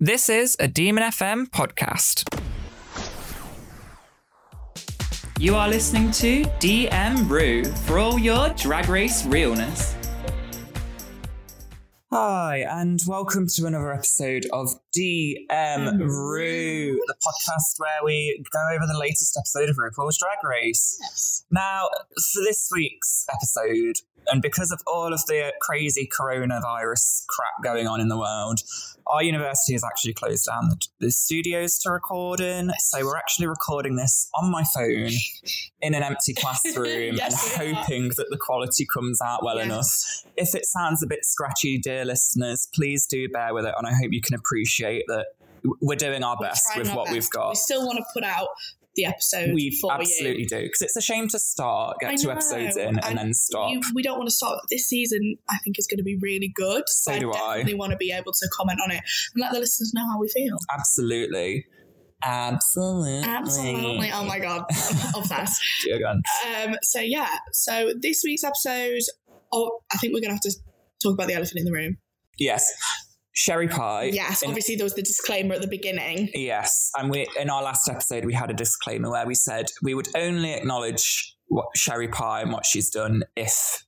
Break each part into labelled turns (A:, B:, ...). A: This is a Demon FM podcast. You are listening to DM Rue for all your drag race realness. Hi, and welcome to another episode of
B: Mm-hmm.
A: DM Rue, the podcast where we go over the latest episode of RuPaul's Drag Race. Now, for this week's episode, and because of all of the crazy coronavirus crap going on in the world, our university has actually closed down the, the studios to record in. So we're actually recording this on my phone in an empty classroom
B: Yes, we
A: and
B: are.
A: hoping that the quality comes out well
B: Yes.
A: enough. If it sounds a bit scratchy, dear listeners, please do bear with it. And I hope you can appreciate that w- we're doing our
B: We're
A: best
B: trying
A: with
B: our
A: what
B: best.
A: we've got.
B: We still want to put out the episode
A: We
B: for
A: absolutely do because it's a shame to start, get
B: I
A: two
B: know.
A: episodes in, and,
B: And
A: then
B: you.
A: stop.
B: You- we don't want to start this season. I think is going to be really good.
A: So do I.
B: definitely want to be able to comment on it and let the listeners know how we feel.
A: Absolutely, absolutely, Mm.
B: Absolutely. Oh my god, I'm obsessed.
A: Dear God.
B: Um, so yeah, so this week's episode. Oh, I think we're going to have to talk about the elephant in the room.
A: Yes, sherry pie.
B: yes,
A: in-
B: obviously there was the disclaimer at the beginning.
A: Yes, and we in our last episode we had a disclaimer where we said we would only acknowledge what Sherry Pie and what she's done if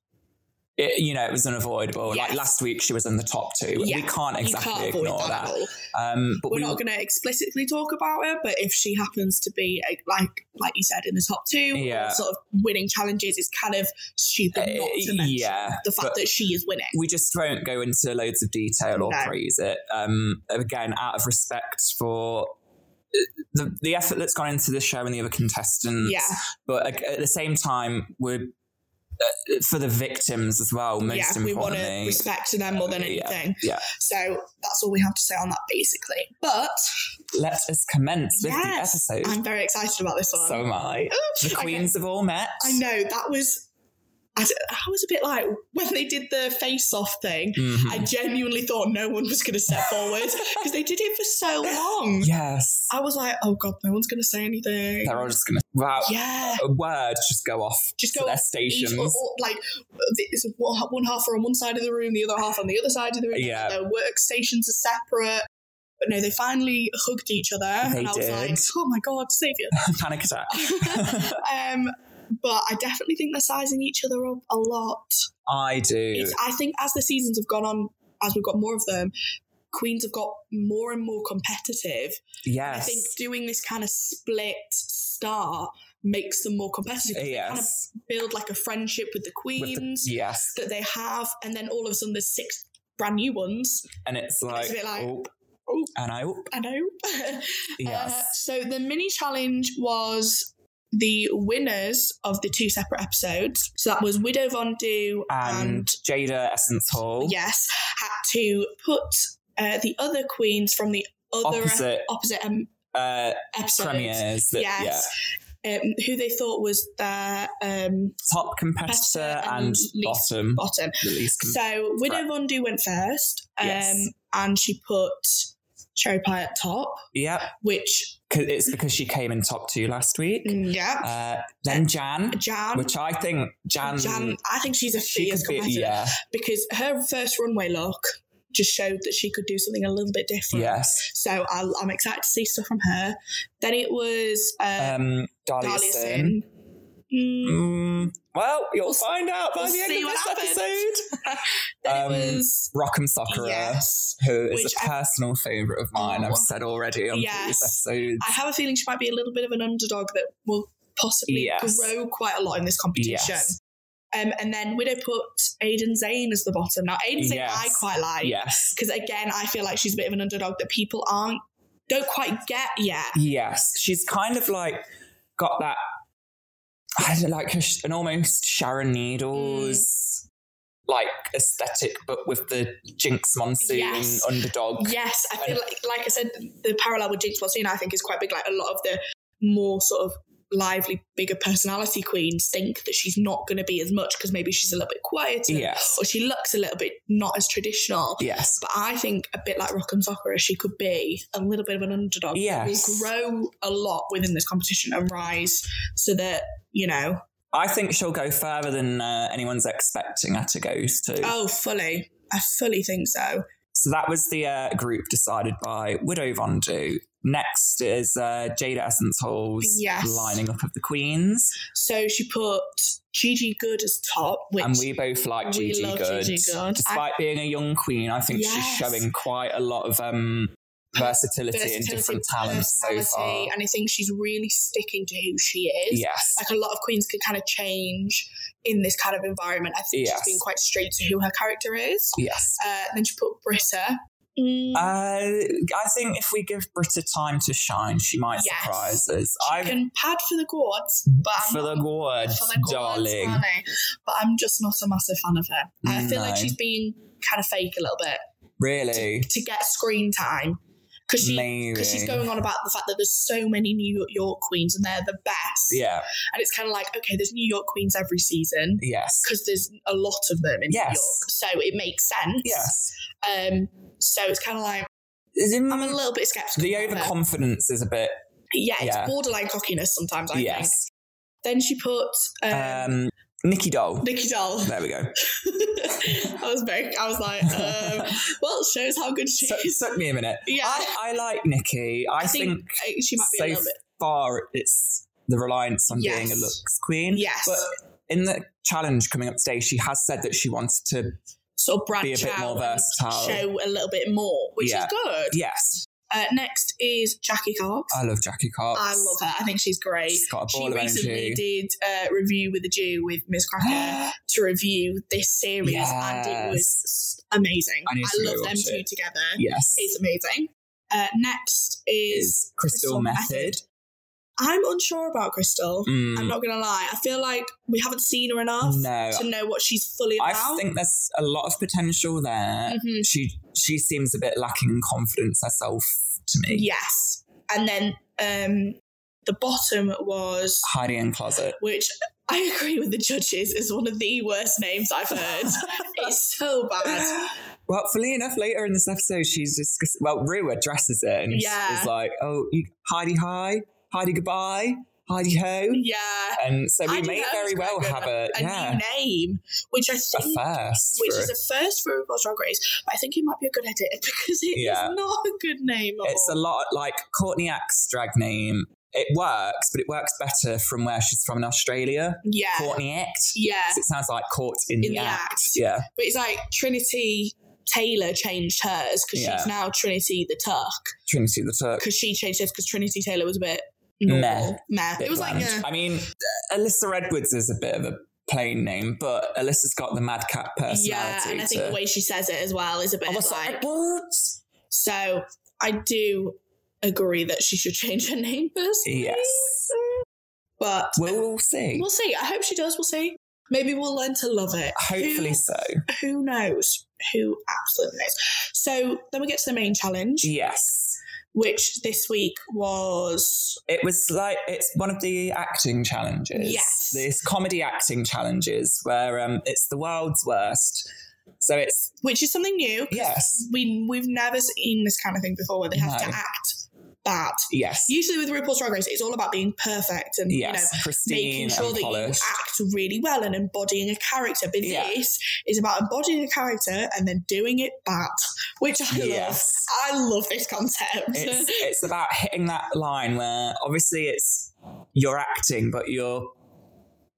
A: it, you know it was unavoidable. Like
B: Yes.
A: last week she was in the top two.
B: Yeah,
A: We can't exactly
B: you can't avoid
A: ignore
B: that,
A: that.
B: at all.
A: Um, but
B: we're
A: we
B: not going to explicitly talk about her, but if she happens to be eh, like like you said in the top two, or
A: Yeah.
B: sort of winning challenges, it's kind of stupid
A: uh,
B: not to mention
A: yeah,
B: the fact
A: but-
B: that she is winning.
A: we just won't go into loads of detail or
B: No.
A: praise it. Um, again, out of respect for uh, the, the effort that's gone into the show and the other contestants.
B: Yeah,
A: But like, at the same time, we're uh, for the victims as well. Most
B: yeah, we want to
A: importantly,
B: respect them more than
A: Yeah,
B: anything.
A: yeah.
B: So that's all we have to say on that, basically. But
A: let us commence with
B: Yes,
A: the episode.
B: I'm very excited about this one.
A: so am I. The
B: Okay.
A: queens have all met.
B: I know that was. I, d- I was a bit like when they did the face-off thing.
A: Mhm.
B: I genuinely thought no one was going to step forward because they did it for so long.
A: yes,
B: I was like, oh god, no one's going to say anything.
A: they're all just gonna wow.
B: yeah,
A: A word just go off
B: just
A: to
B: go
A: their
B: each- or-
A: stations.
B: or, like it's one one half are on one side of the room, the other half on the other side of the room.
A: Yeah.
B: their workstations are separate. But no, they finally hugged each other,
A: They
B: and I was
A: did.
B: like, oh my god, savior.
A: Panic attack.
B: um, but I definitely think they're sizing each other up a lot.
A: I do.
B: It's, I think as the seasons have gone on, as we've got more of them. Queens have got more and more competitive.
A: yes.
B: I think doing this kind of split start makes them more competitive. kind of
A: yes.
B: build like a friendship with the
A: With the-
B: queens
A: yes.
B: that they have, and then all of a sudden there's six brand new ones.
A: And it's like,
B: a bit like,
A: oh,
B: oh.
A: and I, oh,
B: I know. Uh,
A: yes.
B: so the mini challenge was the winners of the two separate episodes. So that was Widow Von Du
A: and,
B: and,
A: Jada Essence Hall,
B: yes, had to put uh, the other queens from the other
A: opposite
B: opposite um,
A: uh,
B: episode.
A: premieres. That,
B: Yes. Um, who they thought was their um,
A: Yeah. Top competitor
B: Competitor
A: and,
B: and least-
A: bottom.
B: bottom.
A: The least com-
B: So Widow
A: Mm-hmm. Right.
B: Von Du went first, um,
A: Yes.
B: and she put Cherry Pie at top,
A: yep.
B: which mm,
A: 'Cause It's because she came in top two last week.
B: yeah,
A: Uh, then Jan,
B: Jan,
A: which I think Jan,
B: Jan, I think she's a
A: she
B: fierce
A: could be,
B: competitor
A: yeah,
B: because her first runway look just showed that she could do something a little bit different.
A: yes.
B: So I'll, I'm excited to see stuff from her. Then it was uh,
A: Um, Dahlia
B: Dahlia
A: Sin.
B: Sin. Mm,
A: Mm, well, you'll
B: We'll s-
A: find out by
B: we'll
A: the end
B: see
A: of
B: what
A: this
B: happens.
A: episode.
B: then
A: um,
B: it was
A: Rock'em Sockera.
B: yes.
A: Who is
B: Which
A: a
B: I-
A: personal favourite of mine?
B: Oh.
A: I've said already on previous
B: Yes.
A: episodes.
B: I have a feeling she might be a little bit of an underdog that will possibly
A: Yes.
B: grow quite a lot in this competition.
A: Yes.
B: Um, and then Widow put Aiden Zane as the bottom. Now, Aiden Zane,
A: Yes.
B: I quite like
A: yes,
B: because again, I feel like she's a bit of an underdog that people aren't don't quite get yet.
A: yes, she's kind of like got that. I don't like a, sh- an almost Sharon
B: Mm.
A: Needles like aesthetic, but with the Jinx Monsoon
B: Yes.
A: underdog.
B: Yes, I feel like, like I said, the parallel with Jinx Monsoon, I think, is quite big. Like a lot of the more sort of lively, bigger personality queens think that she's not going to be as much because maybe she's a little bit quieter
A: Yes,
B: or she looks a little bit not as traditional.
A: yes.
B: But I think a bit like Rock'em Soccer, she could be a little bit of an underdog.
A: Yes.
B: Will grow a lot within this competition and rise so that, you know,
A: I think she'll go further than uh, anyone's expecting her to go to.
B: oh, fully. I fully think so.
A: So that was the uh, group decided by Widow Vondu. Next is uh, Jada Essence Hall's
B: Yes.
A: lining up of the queens,
B: So she put Gigi Good as top, which
A: and we both like
B: we
A: Gigi
B: love
A: Good.
B: Gigi Good.
A: Despite being a young queen, I think
B: Yes.
A: she's showing quite a lot of um, versatility, and
B: versatility,
A: different talents so
B: personality,
A: far.
B: And I think she's really sticking to who she is.
A: Yes,
B: Like a lot of queens can kind of change in this kind of environment. I think
A: Yes.
B: she's been quite straight to who her character is.
A: yes.
B: Uh, then she put Britta. Mm,
A: Uh, I think if we give Britta time to shine, she might
B: Yes.
A: surprise us.
B: she
A: I
B: can pad for the gods, but I'm
A: for
B: not
A: the gods,
B: for the gods,
A: darling.
B: honey. But I'm just not a massive fan of her. I feel like
A: No.
B: she's been kind of fake a little bit
A: Really,
B: to get screen time because she
A: maybe.
B: because she's going on about the fact that there's so many New York queens and they're the best.
A: Yeah.
B: And it's kind of like, okay, there's New York queens every season
A: Yes.
B: because there's a lot of them in
A: Yes.
B: New York. So it makes sense.
A: Yes.
B: Um, so it's kind of like,
A: Is it-
B: I'm a little bit skeptical.
A: the
B: about her.
A: overconfidence is a bit.
B: Yeah, it's
A: yeah.
B: borderline cockiness sometimes, I think.
A: yes.
B: Then she put um,
A: Um, Nikki Doll.
B: Nikki Doll.
A: There we go.
B: I was very, I was like, um, well, it shows how good she
A: So,
B: is.
A: took me a minute.
B: Yeah.
A: I, I like Nikki. I,
B: I
A: think,
B: think, uh, she might be a
A: so
B: little bit.
A: far it's the reliance on being a
B: Yes.
A: looks queen.
B: Yes.
A: But in the challenge coming up today, she has said that she wants to
B: Sort of branch
A: be a bit
B: out
A: more
B: and
A: versatile.
B: show a little bit more, which
A: Yeah.
B: is good.
A: Yes.
B: Uh, next is Jackie Cox.
A: I love Jackie Cox.
B: I love her. I think she's great.
A: She's got a
B: She
A: ball of
B: recently
A: energy.
B: did a review with a Jew with Miss Cracker to review this series, and it was s- amazing.
A: I need to
B: love
A: rewatch
B: them two
A: it.
B: together.
A: yes.
B: It's amazing. Uh, next is
A: Is Crystal Method.
B: I'm unsure about Crystal.
A: Mm,
B: I'm not gonna lie. I feel like we haven't seen her enough
A: No.
B: to know what she's fully about.
A: I think there's a lot of potential there.
B: Mhm.
A: She she seems a bit lacking in confidence herself to me.
B: Yes. And then um, the bottom was
A: Hiding in closet.
B: which I agree with the judges is one of the worst names I've heard. it's so bad.
A: Well, fully enough, later in this episode, she's discussing. Well, Rue addresses it and
B: Yeah.
A: is like, "Oh, you, Heidi, hi, Heidi, goodbye, Heidi, ho."
B: Yeah.
A: And so we
B: Heidi
A: may
B: Ho
A: very
B: is quite
A: well
B: good.
A: have a
B: A
A: yeah
B: new name, which I
A: a
B: think,
A: first,
B: which
A: for-
B: is a first for RuPaul's Drag Race, but I think it might be a good edit because it is
A: Yeah.
B: not a good name. At
A: it's a
B: all.
A: lot like Courtney Act's drag name. It works, but it works better from where she's from in Australia.
B: yeah,
A: Courtney Act.
B: yeah.
A: 'Cause It sounds like caught in, the, act. Yeah.
B: But it's like Trinity Taylor changed hers because
A: Yeah.
B: she's now Trinity the Turk
A: Trinity the Turk.
B: because she changed hers because Trinity Taylor was a bit
A: Meh.
B: normal. Meh.
A: bit
B: It was like
A: bland.
B: yeah.
A: I mean, Alyssa Edwards is a bit of a plain name, but Alyssa's got the madcap personality.
B: Yeah, and I think
A: to- Oh,
B: the way she says it as well is a bit
A: Alyssa
B: like
A: Edwards.
B: So I do agree that she should change her name personally.
A: Yes.
B: But
A: Well, we'll see.
B: we'll see. I hope she does. We'll see. Maybe we'll learn to love it.
A: Hopefully so.
B: Who, who knows? Who absolutely knows? So then we get to the main challenge,
A: Yes.
B: which this week was
A: It was like it's one of the acting challenges.
B: Yes.
A: This comedy acting challenges where um it's the world's worst. So it's
B: which is something new.
A: yes.
B: We we've never seen this kind of thing before where they have to
A: No.
B: act bad.
A: Yes.
B: Usually with RuPaul's Drag Race, it's all about being perfect and you know
A: yes.
B: making
A: Christine
B: sure
A: and
B: that you
A: polished.
B: act really well and embodying a character. But
A: Yeah.
B: this is about embodying a character and then doing it bad, which I love.
A: yes.
B: I love this concept.
A: it's it's about hitting that line where obviously it's you're acting, but you're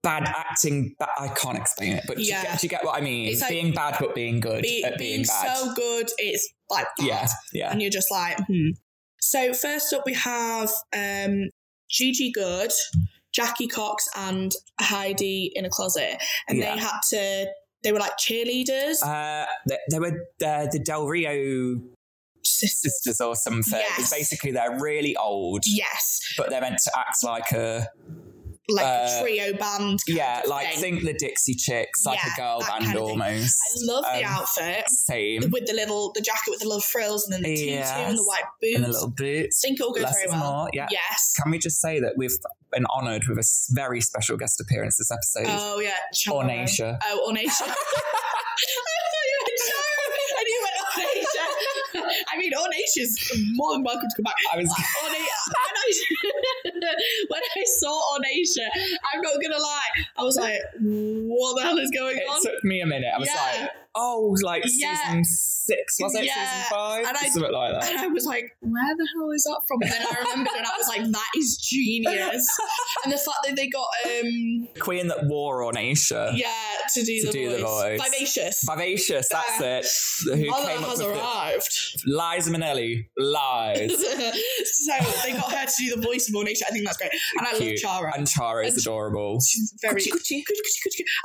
A: bad acting. But I can't explain it. But do you
B: Yeah.
A: get- do, you get, what I mean?
B: It's like-
A: being bad, but being good
B: Be-
A: at being,
B: being
A: bad.
B: so good, it's like bad.
A: yeah, yeah.
B: And you're just like,
A: Mm-hmm.
B: hmm. So first up, we have um, Gigi Good, Jackie Cox, and Heidi in a closet, and
A: Yeah.
B: they had to. They were like cheerleaders.
A: Uh, th- there were uh, the Del Rio
B: sisters.
A: sisters or something.
B: Yes.
A: It's Basically, they're really old,
B: Yes,
A: but they're meant to act like a
B: like
A: Uh,
B: a trio band. kind
A: yeah,
B: of
A: like
B: thing.
A: think the Dixie Chicks, like
B: Yeah,
A: a girl
B: that
A: band
B: kind of thing.
A: almost.
B: I love the
A: Um,
B: outfit
A: Same.
B: with the little the jacket with the little frills and then the tutu and
A: Yes.
B: the white
A: And the
B: boots.
A: little
B: I
A: boots.
B: think it'll go
A: Less
B: very
A: is
B: well.
A: more. Yeah.
B: Yes.
A: Can we just say that we've been honoured with a s- very special guest appearance this episode?
B: Oh yeah. Charo.
A: Ornacia.
B: Oh, Ornacia. I thought you meant Charo, and you went Ornacia. I mean, Ornacia's more than welcome to come back.
A: I was.
B: Orna- when, I, when I saw Ornacia, I'm not gonna lie, I was like, "What the hell is going
A: It
B: on?"
A: took me a minute. I was
B: Yeah.
A: like, oh, like
B: Yeah.
A: season six, was it?
B: Yeah.
A: Season five?
B: And I-
A: Something like that.
B: And I was like, where the hell is that from? And then I remembered and I was like, that is genius. And the fact that they got um
A: Queen that wore on Asia.
B: yeah to do,
A: Uh, To
B: the,
A: do the
B: voice.
A: voice.
B: Vivacious.
A: Vivacious, that's
B: Yeah.
A: it. Who
B: Mother
A: came up
B: has
A: with it?
B: arrived.
A: Liza Minnelli, lies.
B: so they got her to do the voice of Monisha. I think that's great. And I love
A: Cute.
B: Chara.
A: and Chara is
B: And-
A: adorable.
B: She's very.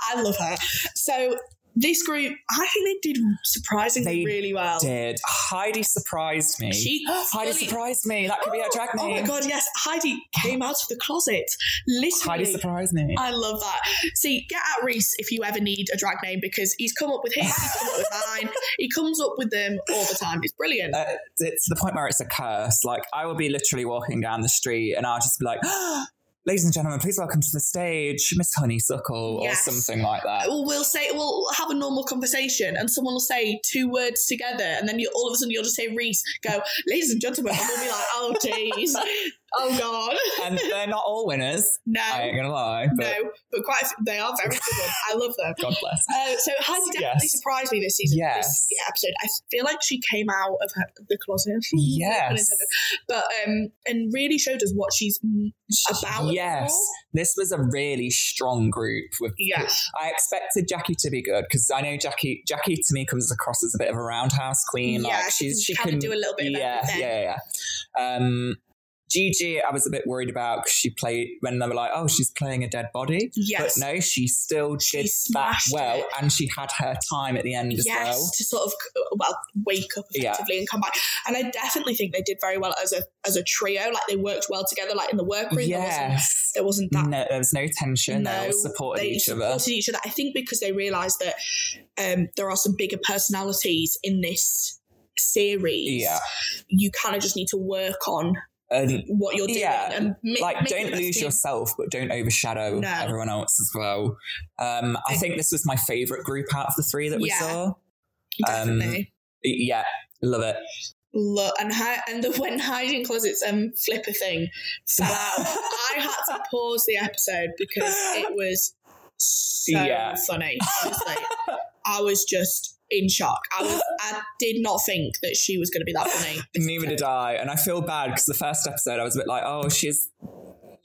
B: I love her. So this group, I think they did surprisingly
A: They
B: really well.
A: Did Heidi surprised me?
B: She
A: Heidi
B: fully-
A: surprised me. That could be our drag
B: Oh my
A: name.
B: god, yes. Heidi came out of the closet.
A: Heidi
B: Literally.
A: surprised me.
B: I love that. See, get at Reese if you ever need a drag name because he's come up with his, he's come up with mine. He comes up with them all the time. It's brilliant.
A: Uh, it's the point where it's a curse. Like I will be literally walking down the street and I'll just be like, "Ladies and gentlemen, please welcome to the stage, Miss Honeysuckle,"
B: Yes.
A: or something like that.
B: Well, we'll say we'll have a normal conversation, and someone will say two words together, and then you all of a sudden you'll just say Reese. Go, ladies and gentlemen, and we'll be like, oh jeez, oh god,
A: and they're not all winners.
B: no,
A: I ain't gonna lie, but
B: Um, no. But quite, a few- they are very good. ones. I love them.
A: God bless.
B: Uh, so Heidi definitely
A: Yes.
B: surprised me this season.
A: Yes.
B: This episode, I feel like she came out of her, the closet.
A: Yes.
B: but um, and really showed us what she's mm, about. it
A: yes,
B: all.
A: this was a really strong group with
B: Yeah.
A: I expected Jackie to be good because I know Jackie. Jackie to me comes across as a bit of a roundhouse queen.
B: Yeah,
A: like she's
B: she
A: she
B: can
A: can
B: do a little bit of
A: Yeah,
B: everything.
A: yeah, yeah. Um, Gigi, I was a bit worried about because she played when they were like, "Oh, she's playing a dead body,"
B: Yes.
A: but no, she still
B: She
A: did that
B: smashed
A: well,
B: it.
A: and she had her time at the end as
B: yes,
A: well.
B: to sort of uh, well wake up
A: Yeah.
B: effectively and come back. And I definitely think they did very well as a as a trio. Like they worked well together. Like in the workroom,
A: Yes,
B: there wasn't there wasn't
A: no,
B: that.
A: there was no tension. they
B: No,
A: all supported
B: they
A: each
B: supported
A: other.
B: each other. I think because they realised that um, there are some bigger personalities in this series.
A: Yeah,
B: you kind of just need to work on
A: and
B: what you're doing
A: Yeah,
B: and ma-
A: like
B: make it
A: don't
B: the best
A: lose
B: thing.
A: yourself but don't overshadow
B: No.
A: everyone else as well um i think this was my favorite group out of the three that we
B: Yeah.
A: saw Y- um,
B: definitely.
A: yeah love it
B: Look, and hi- and the when hiding closets um flipper thing fell out. I had to pause the episode because it was so
A: Yeah.
B: funny. Honestly, I was just in shock. I was I did not think that she was going to be that funny.
A: neither did i and i feel bad because the first episode i was a bit like oh she's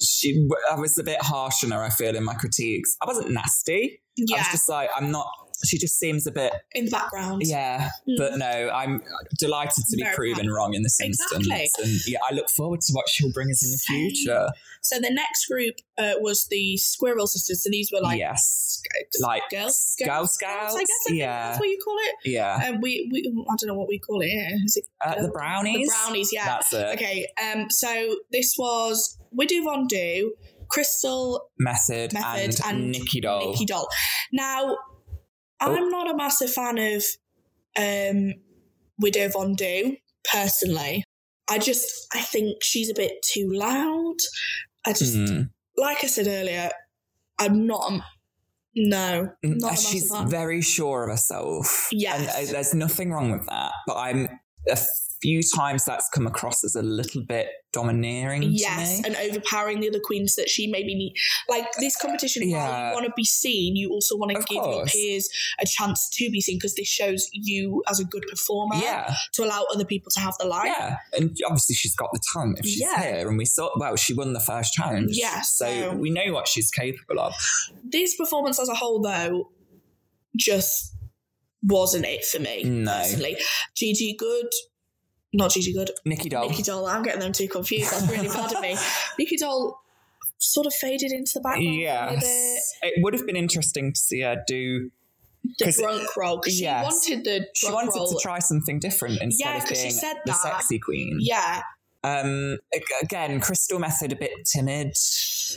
A: she i was a bit harsh on her i feel in my critiques i wasn't nasty i
B: Yeah,
A: was just like i'm not she just seems a bit
B: in the background.
A: yeah
B: Mm.
A: but no i'm delighted to be
B: Very
A: proven wrong in this
B: Exactly.
A: instance and yeah i look forward to what she'll bring us in the
B: Same.
A: future
B: So the next group uh, was the Squirrel Sisters. So these were like
A: yes
B: Scouts-
A: like
B: Girl
A: Girl
B: Scouts,
A: Scouts.
B: I guess I think
A: yeah,
B: that's what you call it.
A: yeah.
B: Um, we, we I don't know what we call it. here. Is it
A: Uh, the brownies.
B: The brownies, yeah.
A: That's it.
B: Okay, um, so this was Widow Von Do, Crystal,
A: Method,
B: Method
A: and,
B: and
A: Nikki Doll.
B: Nikki Doll. Now,
A: Oh.
B: I'm not a massive fan of um, Widow Von Do, personally. I just, I think she's a bit too loud. I just,
A: Mm.
B: like I said earlier, I'm not, a, no, not a
A: And
B: massive
A: Mm, uh, She's
B: fan.
A: very sure of herself.
B: Yes.
A: And uh, there's nothing wrong with that. But I'm a few times that's come across as a little bit domineering
B: Yes,
A: to me.
B: and overpowering the other queens that she maybe need. Like this competition, while
A: Yeah.
B: you want to be seen, you also want to
A: Of
B: give your
A: course.
B: peers a chance to be seen because this shows you as a good performer
A: yeah,
B: to allow other people to have the line.
A: yeah, and obviously she's got the talent if she's
B: Yeah.
A: here, and we saw. Well, she won the first challenge,
B: Yeah, so-
A: so we know what she's capable of.
B: This performance as a whole, though, just wasn't it for me
A: No.
B: personally. Gigi Good, not Gigi Good,
A: Nikki Doll,
B: Nikki Doll. I'm getting them too confused. That's really bad of me. Nikki Doll sort of faded into the background. a little bit.
A: Yes. It would have been interesting to see her do.
B: the
A: 'Cause-
B: drunk role. 'cause She
A: Yes.
B: wanted the drunk
A: She wanted
B: role.
A: to try something different instead
B: Yeah,
A: of
B: 'cause she
A: being
B: said
A: the
B: that.
A: sexy queen.
B: yeah,
A: Um, ag- again, Crystal Method a bit timid.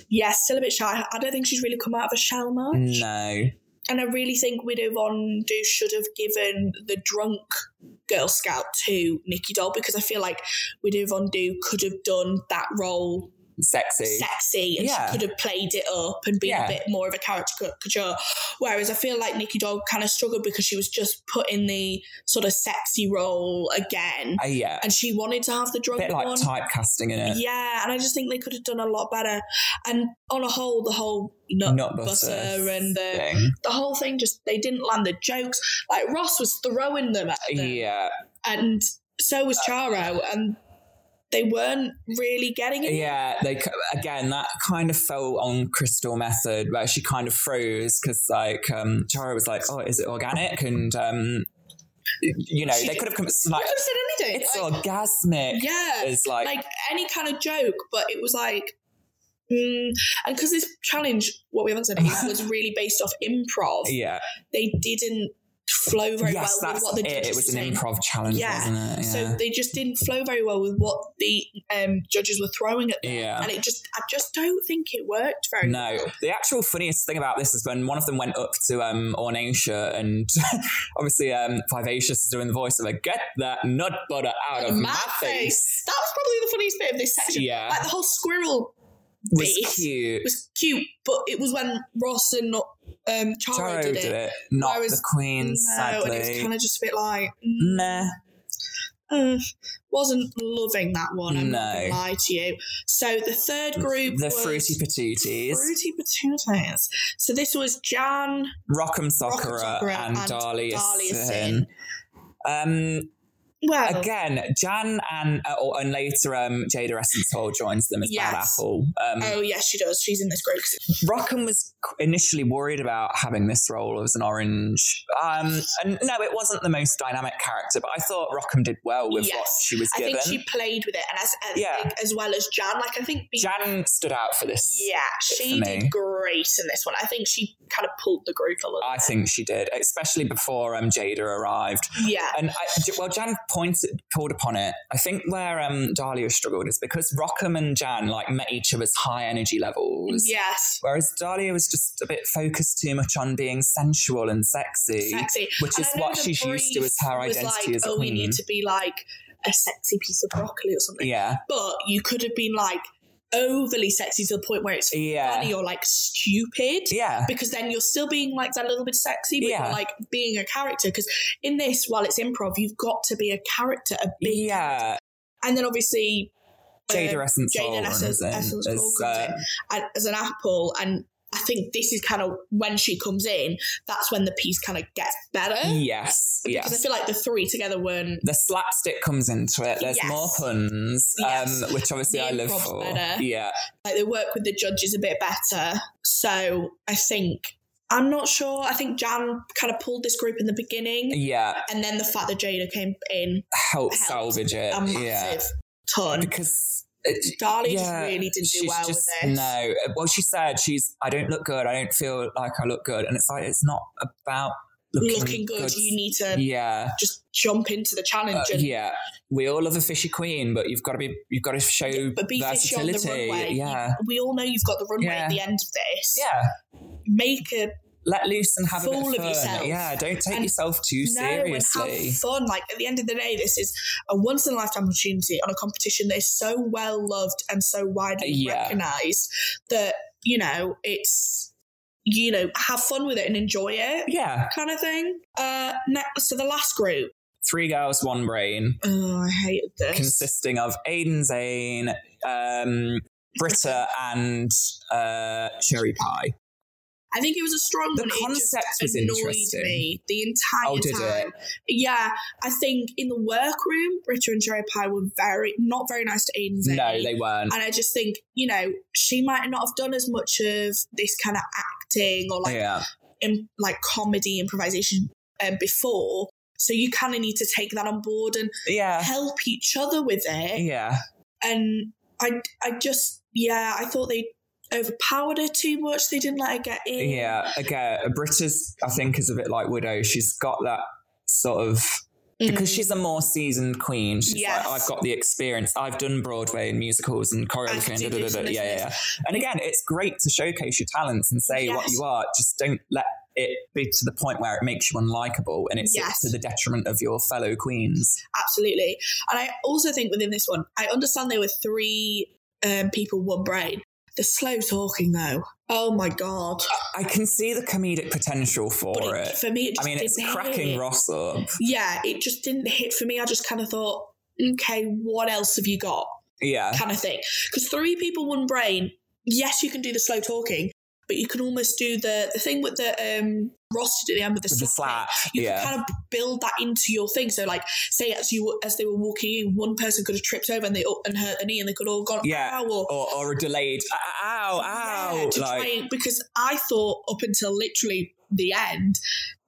B: yeah, still a bit shy. I don't think she's really come out of a shell much.
A: No.
B: And I really think Widow Von Du should have given the drunk Girl Scout to Nikki Doll because I feel like Widow Von Du could have done that role
A: sexy.
B: sexy and
A: Yeah.
B: she could have played it up and been
A: Yeah.
B: a bit more of a caricature. Whereas I feel like Nikki Dog kind of struggled because she was just put in the sort of sexy role again
A: Uh, yeah,
B: and she wanted to have the
A: a
B: drunk
A: bit like
B: one.
A: typecasting in it.
B: Yeah, and I just think they could have done a lot better. And on a whole, the whole nut
A: Not
B: butter,
A: butter,
B: and the
A: thing.
B: the whole thing just they didn't land the jokes. Like Ross was throwing them at them,
A: Yeah, Uh,
B: and so was Charo, and they weren't really getting it.
A: yeah. They c- again that kind of fell on Crystal method where she kind of froze because like um, Chara was like, "Oh, is it organic?" And um, you know
B: She
A: they
B: did-
A: could have come
B: I
A: like,
B: could have said anything.
A: "It's
B: like,
A: orgasmic."
B: yeah,
A: Is like,
B: like any kind of joke, but it was like, mm, and because this challenge, what we haven't said, it was really based off improv.
A: yeah,
B: They didn't flow very
A: yes,
B: well with
A: that's
B: what the
A: it.
B: judges
A: It was
B: were
A: an
B: saying.
A: improv challenge,
B: Yeah.
A: wasn't it? Yeah.
B: So they just didn't flow very well with what the um, judges were throwing at them,
A: yeah.
B: and it just I just don't think it worked very
A: No,
B: well.
A: the actual funniest thing about this is when one of them went up to um, Ornacia and obviously um, Vivacious is doing the voice of a get that nut butter out of my, face.
B: That was probably the funniest bit of this section.
A: Yeah.
B: Like the whole squirrel
A: Was
B: face.
A: cute.
B: was cute, but it was when Ross and um, Charo,
A: Charo
B: did it.
A: not
B: Whereas-
A: the Queen,
B: No, and
A: sadly.
B: it was kind of just a bit like, mm,
A: Meh.
B: uh, wasn't loving that one. I'm not
A: No.
B: gonna lie to you. So the third group,
A: The
B: was
A: Fruity Patooties,
B: Fruity potatoes. So this was Jan,
A: Rock'em Sockera,
B: Sockera
A: and,
B: and
A: Dahlia,
B: Dahlia
A: Sin. Um,
B: well,
A: again, Jan and uh, or- and later um, Jada Essence Hall joins them as Bad
B: Yes.
A: Apple. Um,
B: Oh yes, she does. She's in this group.
A: Rockham was qu- initially worried about having this role as an orange. Um, and no, it wasn't the most dynamic character, but I thought Rockham did well with what
B: Yes.
A: she was
B: I
A: given.
B: think she played with it, and as I
A: Yeah.
B: think as well as Jan. Like I think, be-
A: Jan stood out for this.
B: yeah, she
A: for me.
B: did great in this one. I think she kind of pulled the group a little.
A: I think she did, especially before um, Jada arrived.
B: yeah,
A: And I, J- well, Jan pointed pulled upon it. I think where um, Dahlia struggled is because Rockham and Jan like met each other's high energy levels.
B: yes,
A: Whereas Dahlia was just a bit focused too much on being sensual and sexy,
B: sexy.
A: which
B: And
A: is
B: I know
A: what
B: the
A: she's used to
B: brief
A: as her
B: was
A: identity
B: like,
A: as a
B: oh,
A: queen.
B: we need to be like a sexy piece of broccoli or something.
A: Yeah.
B: But you could have been like overly sexy to the point where it's
A: Yeah.
B: funny or like stupid.
A: Yeah.
B: because then you're still being like that little bit sexy, but
A: Yeah.
B: you're like being a character. Because in this, while it's improv, you've got to be a character, a big,
A: Yeah.
B: and then obviously uh,
A: Jada Essence
B: Jada
A: Hall
B: Essence-
A: runs in
B: Essence
A: as,
B: Hall
A: uh,
B: comes a- as an apple, and I think this is kind of when she comes in. That's when the piece kind of gets better
A: uh, Mm, Yes.
B: because I
A: Yes.
B: feel like the three together weren't.
A: The slapstick comes into it. There's
B: Yes.
A: more puns,
B: Yes.
A: um, which obviously
B: The
A: I live
B: improv's
A: for.
B: better.
A: Yeah.
B: Like they work with the judges a bit better, so I think. I'm not sure. I think Jan kind of pulled this group in the beginning,
A: Yeah.
B: and then the fact that Jada came in
A: Help
B: Helped
A: salvage it.
B: a massive
A: Uh, Yeah.
B: ton.
A: Because. It,
B: Dahlia
A: yeah,
B: just really didn't do
A: she's
B: well
A: just-
B: with this.
A: No. Well, she said she's. I don't look good. I don't feel like I look good, and it's like it's not about looking,
B: Looking, good, you need to
A: yeah.
B: just jump into the challenge
A: Uh,
B: and
A: yeah, we all love a fishy queen, but you've got to be you've got to show
B: but be fishy on
A: versatility.
B: the runway.
A: Yeah,
B: You- we all know you've got the runway
A: Yeah.
B: at the end of this.
A: yeah.
B: Make a
A: Let loose and have a bit
B: Fool of
A: of fun.
B: yourself.
A: Yeah, don't take
B: And
A: yourself too
B: no and
A: seriously.
B: have fun. Like at the end of the day, this is a once in a lifetime opportunity on a competition that is so well loved and so widely
A: Yeah.
B: recognized that, you know, it's you know, have fun with it and enjoy it.
A: Yeah,
B: Kind of thing. Uh, next, so the last group.
A: three girls, one brain,
B: Oh, I hated this.
A: consisting of Aiden Zane, um, Britta, and uh, Cherry Pie.
B: I think it was a strong
A: The
B: one.
A: concept
B: it
A: was
B: just annoyed
A: interesting.
B: me the entire
A: Oh, did
B: time. Yeah, I think in the workroom, Britta and Cherry Pie were very not very nice to Aiden. Zane.
A: No, they weren't.
B: and I just think you know she might not have done as much of this kind of acting or like
A: yeah,
B: im- like comedy improvisation um, before. So you kind of need to take that on board and
A: yeah,
B: help each other with it
A: Uh. yeah.
B: and I I just yeah I thought they overpowered her too much. They didn't let her get in.
A: Yeah, again, Britta's, I think, is a bit like Widow. She's got that sort of.
B: Mm.
A: Because she's a more seasoned queen, she's
B: Yes.
A: like, I've got the experience. I've done Broadway and musicals and choreography.
B: I
A: And
B: do
A: da, da,
B: this
A: da, da.
B: and this
A: Yeah,
B: and
A: yeah, yeah. And again, it's great to showcase your talents and say what
B: Yes.
A: you are. Just don't let it be to the point where it makes you unlikable and it's
B: Yes.
A: to the detriment of your fellow queens.
B: absolutely. And I also think within this one, I understand there were three um, people one brain. The slow talking though. Oh my god!
A: I can see the comedic potential for
B: But
A: it.
B: it, for me, it
A: I
B: just
A: mean, it's
B: didn't
A: cracking
B: hit.
A: Ross up.
B: Yeah, it just didn't hit for me. I just kind of thought, okay, what else have you got?
A: Yeah.
B: kind of thing. Because three people, one brain. Yes, you can do the slow talking, but you can almost do the the thing with the um, Ross did at the end with the,
A: With the
B: slap.
A: slap.
B: You
A: Yeah.
B: can kind of build that into your thing. So, like, say as you as they were walking in, one person could have tripped over and they up and hurt their knee, and they could all gone
A: Yeah.
B: ow or
A: Or, or a delayed, ow,
B: yeah,
A: ow.
B: to try
A: like,
B: and- because I thought up until literally the end,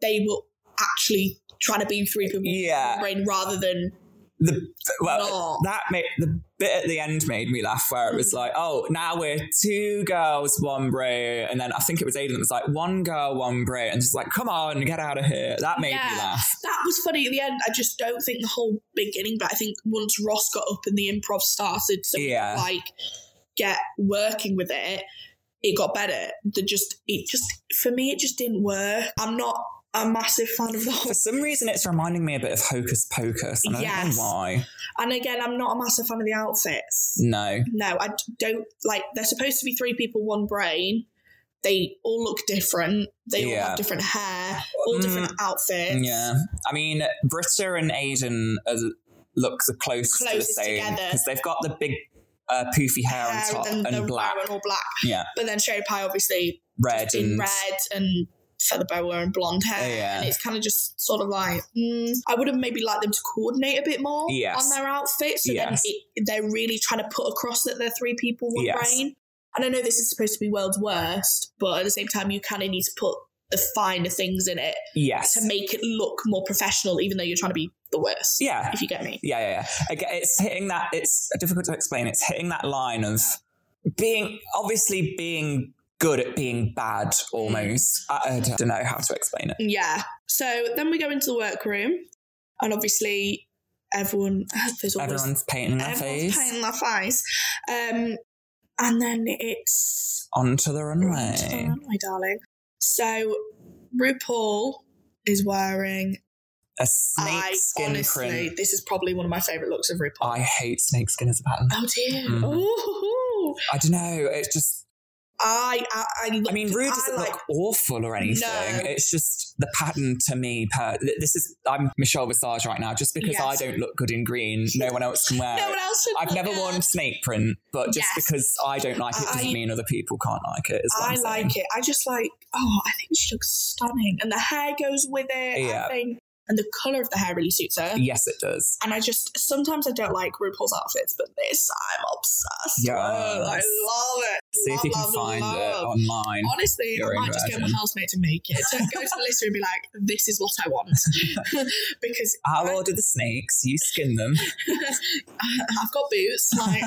B: they were actually trying to be three people,
A: Yeah.
B: brain rather than
A: the, well,
B: not.
A: that made the bit at the end made me laugh where it was like oh now we're two girls one bro and then i think it was aiden that was like one girl one bro and she's like come on get out of here that made me
B: Yeah.
A: laugh
B: that was funny at the end. I just don't think the whole beginning, but I think once Ross got up and the improv started, so we could,
A: Yeah.
B: like get working with it, it got better. The just it just for me it just didn't work. I'm not a massive fan of the whole.
A: for some reason it's reminding me a bit of hocus pocus and i don't
B: Yes.
A: know why
B: And again, I'm not a massive fan of the outfits.
A: no
B: No, I d- don't like. They're supposed to be three people, one brain. They all look different. They all
A: Yeah.
B: have different hair, all
A: Mm,
B: different outfits.
A: yeah i mean britta and aiden are, look the closest, to the
B: Closest
A: same
B: together.
A: because they've got the big uh, poofy hair on
B: Hair
A: top
B: and,
A: and
B: the
A: black
B: and all black.
A: Yeah.
B: But then Sherry Pie obviously
A: red
B: in
A: and
B: red and feather boa and blonde hair.
A: Yeah. Ah.
B: And it's kind of just sort of like, mm, I would have maybe liked them to coordinate a bit more
A: Yes.
B: on their outfits. So
A: Yes.
B: then it, they're really trying to put across that they're three people, one
A: Yes.
B: brain. And I know this is supposed to be world's worst, but at the same time, you kind of need to put the finer things in it
A: yes
B: to make it look more professional, even though you're trying to be the worst.
A: yeah
B: If you get me.
A: Yeah, yeah, yeah. Again, it's hitting that. It's difficult to explain. It's hitting that line of being obviously being good at being bad almost. I, I don't know how to explain it.
B: Yeah. So then we go into the workroom, and obviously, everyone, there's always
A: Everyone's painting their
B: Everyone's
A: face
B: painting their face. Um, and then it's
A: onto the
B: Right to the
A: runway.
B: runway, darling. So RuPaul is wearing.
A: A snake
B: I
A: skin
B: honestly,
A: print.
B: this is probably one of my favorite looks of RuPaul.
A: I hate snake skin as a pattern.
B: oh dear!
A: Mhm.
B: Ooh.
A: I don't know. It's just.
B: I, I, I,
A: I mean, Rue doesn't
B: like-
A: look awful or anything.
B: No.
A: It's just the pattern to me. Per th- this is. I'm Michelle Visage right now. Just because
B: Yes.
A: I don't look good in green, no one else can wear
B: No
A: it.
B: one else should.
A: I've
B: look
A: never
B: at-
A: worn snake print, but just
B: Yes.
A: because I don't like it doesn't
B: I-
A: mean other people can't like it. Is what
B: I
A: I'm saying.
B: like it. I just like. Oh, I think she looks stunning, and the hair goes with it.
A: Yeah.
B: I think, and the color of the hair really suits her.
A: Yes, it does.
B: And I just sometimes I don't like RuPaul's outfits, but this I'm obsessed
A: Yes.
B: with. I love it.
A: See
B: love,
A: if you can
B: love,
A: find it
B: love.
A: online.
B: Honestly,
A: your
B: I
A: own
B: might just get my
A: version.
B: housemate to make it. So go to the listener and be like, "This is what I want," because
A: I'll order the snakes. You skin them.
B: I've got boots. Like,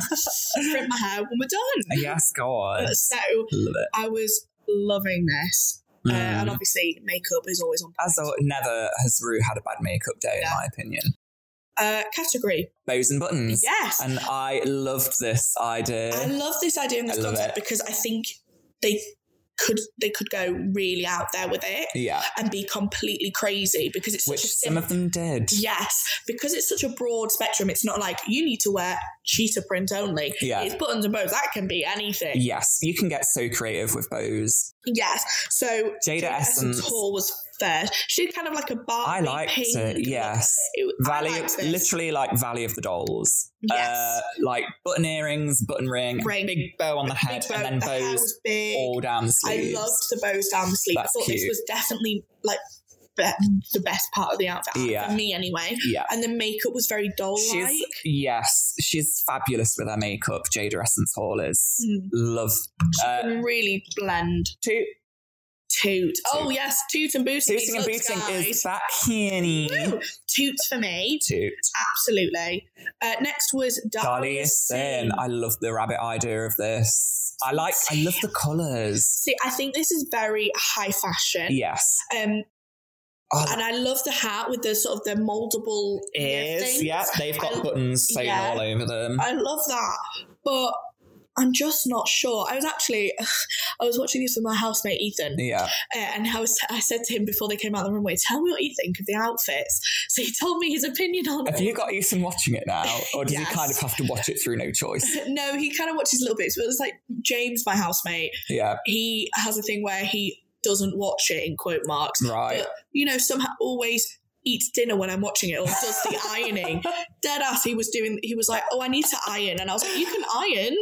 B: trim my hair when we're done.
A: yes, God,
B: So
A: love it.
B: I was loving this, uh, and
A: Mm.
B: obviously makeup is always on.
A: As or never has Rue had a bad makeup day, in
B: Yeah.
A: my opinion.
B: Uh, category,
A: Bows and buttons.
B: yes.
A: Mm. And I loved this idea.
B: I love this idea and this
A: I love
B: concept
A: it.
B: because I think they could they could go really out there with it
A: yeah,
B: and be completely crazy because it's
A: which
B: such a
A: some
B: sim-
A: of them did.
B: yes because it's such a broad spectrum. It's not like you need to wear cheetah print only.
A: Yeah.
B: It's buttons and bows. That can be anything.
A: Yes, you can get so creative with bows.
B: Yes. So
A: Jada, Essence.
B: Hall was first. She did kind of like a bar.
A: I liked it. Yes. Valley, literally like Valley of the Dolls.
B: Yes.
A: Uh, like button earrings, button ring,
B: Ring.
A: big bow on the head, and then
B: the hair
A: bows
B: was big.
A: all down the
B: I
A: sleeves.
B: loved the bows down the sleeve. I
A: That's
B: thought this
A: cute.
B: was definitely like be- the best part of the outfit
A: Yeah.
B: for me, anyway.
A: yeah.
B: And the makeup was very doll like.
A: She's yes, she's fabulous with her makeup. Jada Essence Hall is
B: Mm.
A: love. Uh,
B: really blend
A: toot,
B: toot. Oh yes, toot and booting.
A: tooting and
B: Look,
A: booting is
B: guys.
A: back here.
B: Woo! toot for me.
A: Toot.
B: Absolutely. Uh, next was
A: Dolly
B: Dahlia
A: Sin.
B: Sin.
A: I love the rabbit idea of this. I like. I love the colours.
B: See, I think this is very high fashion.
A: Yes.
B: Um,
A: Oh,
B: and I love the hat with the sort of the moldable ear
A: ears.
B: things.
A: Yeah, they've got
B: I-
A: buttons sewn
B: yeah.
A: all over them.
B: I love that. But I'm just not sure. I was actually, I was watching this with my housemate Ethan,
A: Yeah.
B: uh, and I was, I said to him before they came out of the runway, "Tell me what you think of the outfits." So he told me his opinion on
A: Have
B: it.
A: you got Ethan watching it now, or does
B: Yes.
A: he kind of have to watch it through no choice?
B: no, he kind of watches little bits, but it's like James, my housemate.
A: Yeah,
B: He has a thing where he doesn't watch it in quote marks.
A: right.
B: But, you know, somehow always eats dinner when I'm watching it or does the ironing. Dead ass, he was doing, he was like, oh, I need to iron. And I was like, you can iron.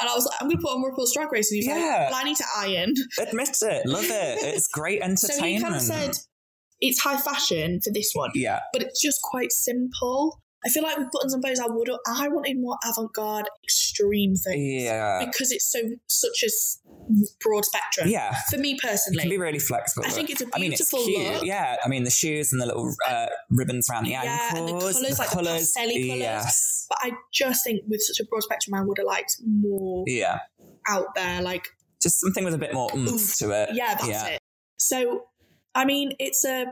B: And I was like, I'm going to put on RuPaul's Drag Race. And he was
A: Yeah.
B: like, well, I need to iron.
A: Admit it, love it. It's great entertainment.
B: So he kind of said, it's high fashion for this one,
A: yeah,
B: but it's just quite simple. I feel like with buttons and bows, I would, I wanted more avant garde, extreme things.
A: yeah,
B: Because it's so, such a s- broad spectrum.
A: Uh, yeah.
B: For me
A: It can be
B: personally,
A: really flexible.
B: I think it's a
A: I mean, it's
B: beautiful
A: cute.
B: look.
A: Yeah, I mean the shoes and the little uh, ribbons around the
B: Yeah, and the
A: ankles.
B: colours, like the
A: colours.
B: pastel-y colours.
A: Yes.
B: But I just think with such a broad spectrum, I would have liked more
A: Yeah,
B: out there. Like,
A: just something with a bit more oomph
B: Oomph.
A: to it.
B: yeah, that's
A: Yeah.
B: it. So, I mean, it's a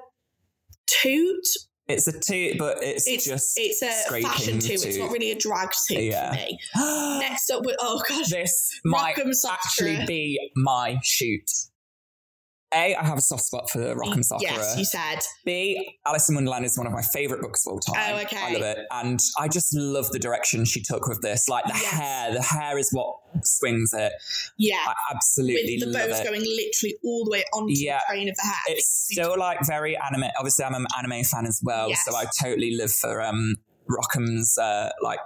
B: toot.
A: It's a two, but it's,
B: It's
A: just
B: it's a
A: scraping
B: fashion toot. It's
A: toot.
B: not really a drag toot
A: Yeah.
B: for me. Next up, with oh gosh,
A: this might
B: Rockham Sakura.
A: actually be my shoot. A, I have a soft spot for Rock'em Sakura.
B: Yes, you said.
A: B, Alice in Wonderland is one of my favourite books of all time.
B: Oh, okay.
A: I love it. And I just love the direction she took with this. Like the
B: Yes.
A: hair, the hair is what swings it.
B: Yeah,
A: I absolutely
B: with the
A: love
B: bows
A: it.
B: going literally all the way onto
A: Yeah.
B: the train of the hat.
A: It's still like very anime. Obviously, I'm an anime fan as well,
B: Yes.
A: so I totally live for um, Rockham's uh, like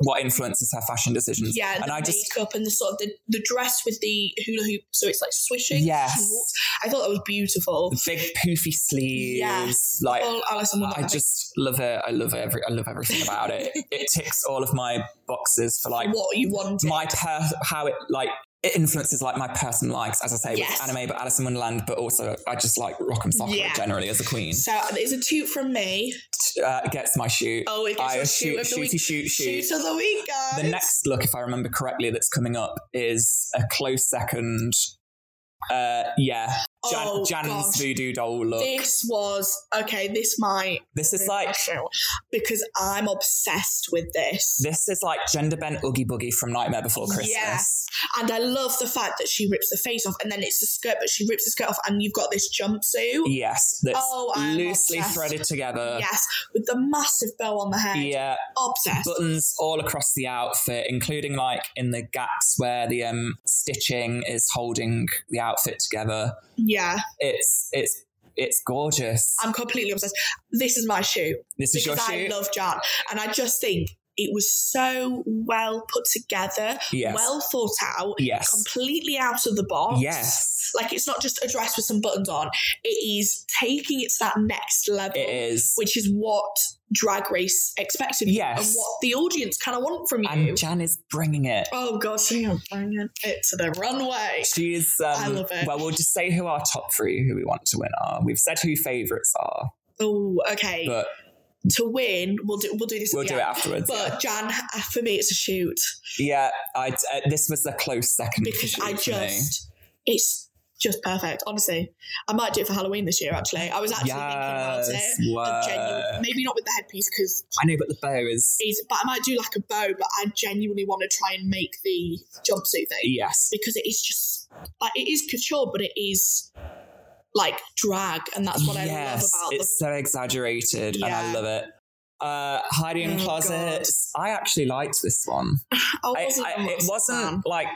A: what influences her fashion decisions.
B: yeah,
A: and
B: the
A: I just
B: makeup and the sort of the, the dress with the hula hoop, so it's like swishing.
A: Yes.
B: I thought that was beautiful.
A: the big poofy sleeves,
B: Yes.
A: like
B: All Alice in
A: I
B: Wonderland.
A: just love it. I love every. I love everything about it. it ticks all of my boxes for like
B: what you wanted.
A: my per- how it like it influences like my personal likes, as I say,
B: Yes.
A: with anime, but Alice in Wonderland, but also I just like Rock'em Sock'em
B: Yeah.
A: generally as a queen.
B: So it's a toot from me.
A: Uh, gets my shoot.
B: Oh, it gets
A: I
B: your shoot, of the
A: shooty
B: week.
A: shoot shoot.
B: Shoot of the week, guys.
A: The next look, if I remember correctly, that's coming up is a close second. Uh, yeah, Jan-
B: Oh,
A: Jan's
B: gosh.
A: voodoo doll look. This,
B: This was okay. This might
A: is like
B: because I'm obsessed with this,
A: this is like gender bent oogie boogie from Nightmare Before Christmas.
B: Yes. and I love the fact that she rips the face off, and then it's the skirt, but she rips the skirt off, and you've got this jumpsuit.
A: Yes, that's
B: Oh, I'm
A: loosely
B: obsessed.
A: threaded together.
B: Yes, with the massive bow on the head.
A: Yeah,
B: Obsessed.
A: buttons all across the outfit, including like in the gaps where the um, stitching is holding the outfit together.
B: yeah,
A: It's it's it's gorgeous.
B: I'm completely obsessed. This is my shoe.
A: this is your
B: Um, because I
A: shoot.
B: love Jan, and I just think it was so well put together,
A: yes.
B: well thought out,
A: yes.
B: completely out of the box.
A: Yes.
B: Like it's not just a dress with some buttons on. It is taking it to that next level,
A: It is.
B: which is what Drag Race expects of you,
A: Yes.
B: and what the audience kind of want from you.
A: and Jan is bringing it.
B: oh God, she is bringing it to the runway.
A: She's. Um,
B: I love it.
A: Well, we'll just say who our top three who we want to win are. We've said who favourites are,
B: Oh, okay.
A: but
B: to win, we'll do we'll do this. at
A: we'll
B: the
A: do it
B: end.
A: afterwards.
B: But Jan, uh, for me, it's a shoot
A: yeah, I, uh, this was a close second
B: because
A: shoot
B: I
A: for me.
B: just it's just perfect. Honestly, I might do it for Halloween this year. Actually, I was actually
A: yes,
B: thinking about it.
A: word.
B: Of genuine, maybe not with the headpiece because
A: I know, but the bow is
B: is but I might do like a bow, but I genuinely want to try and make the jumpsuit thing
A: yes,
B: because it is just like it is couture, but it is like drag, and that's what
A: yes,
B: I love about the
A: it's so exaggerated, and I
B: Yeah.
A: love it. Uh, hiding in
B: Oh,
A: closets. I actually liked this one.
B: I
A: I-
B: wasn't
A: I-
B: a
A: it
B: massive fan.
A: wasn't like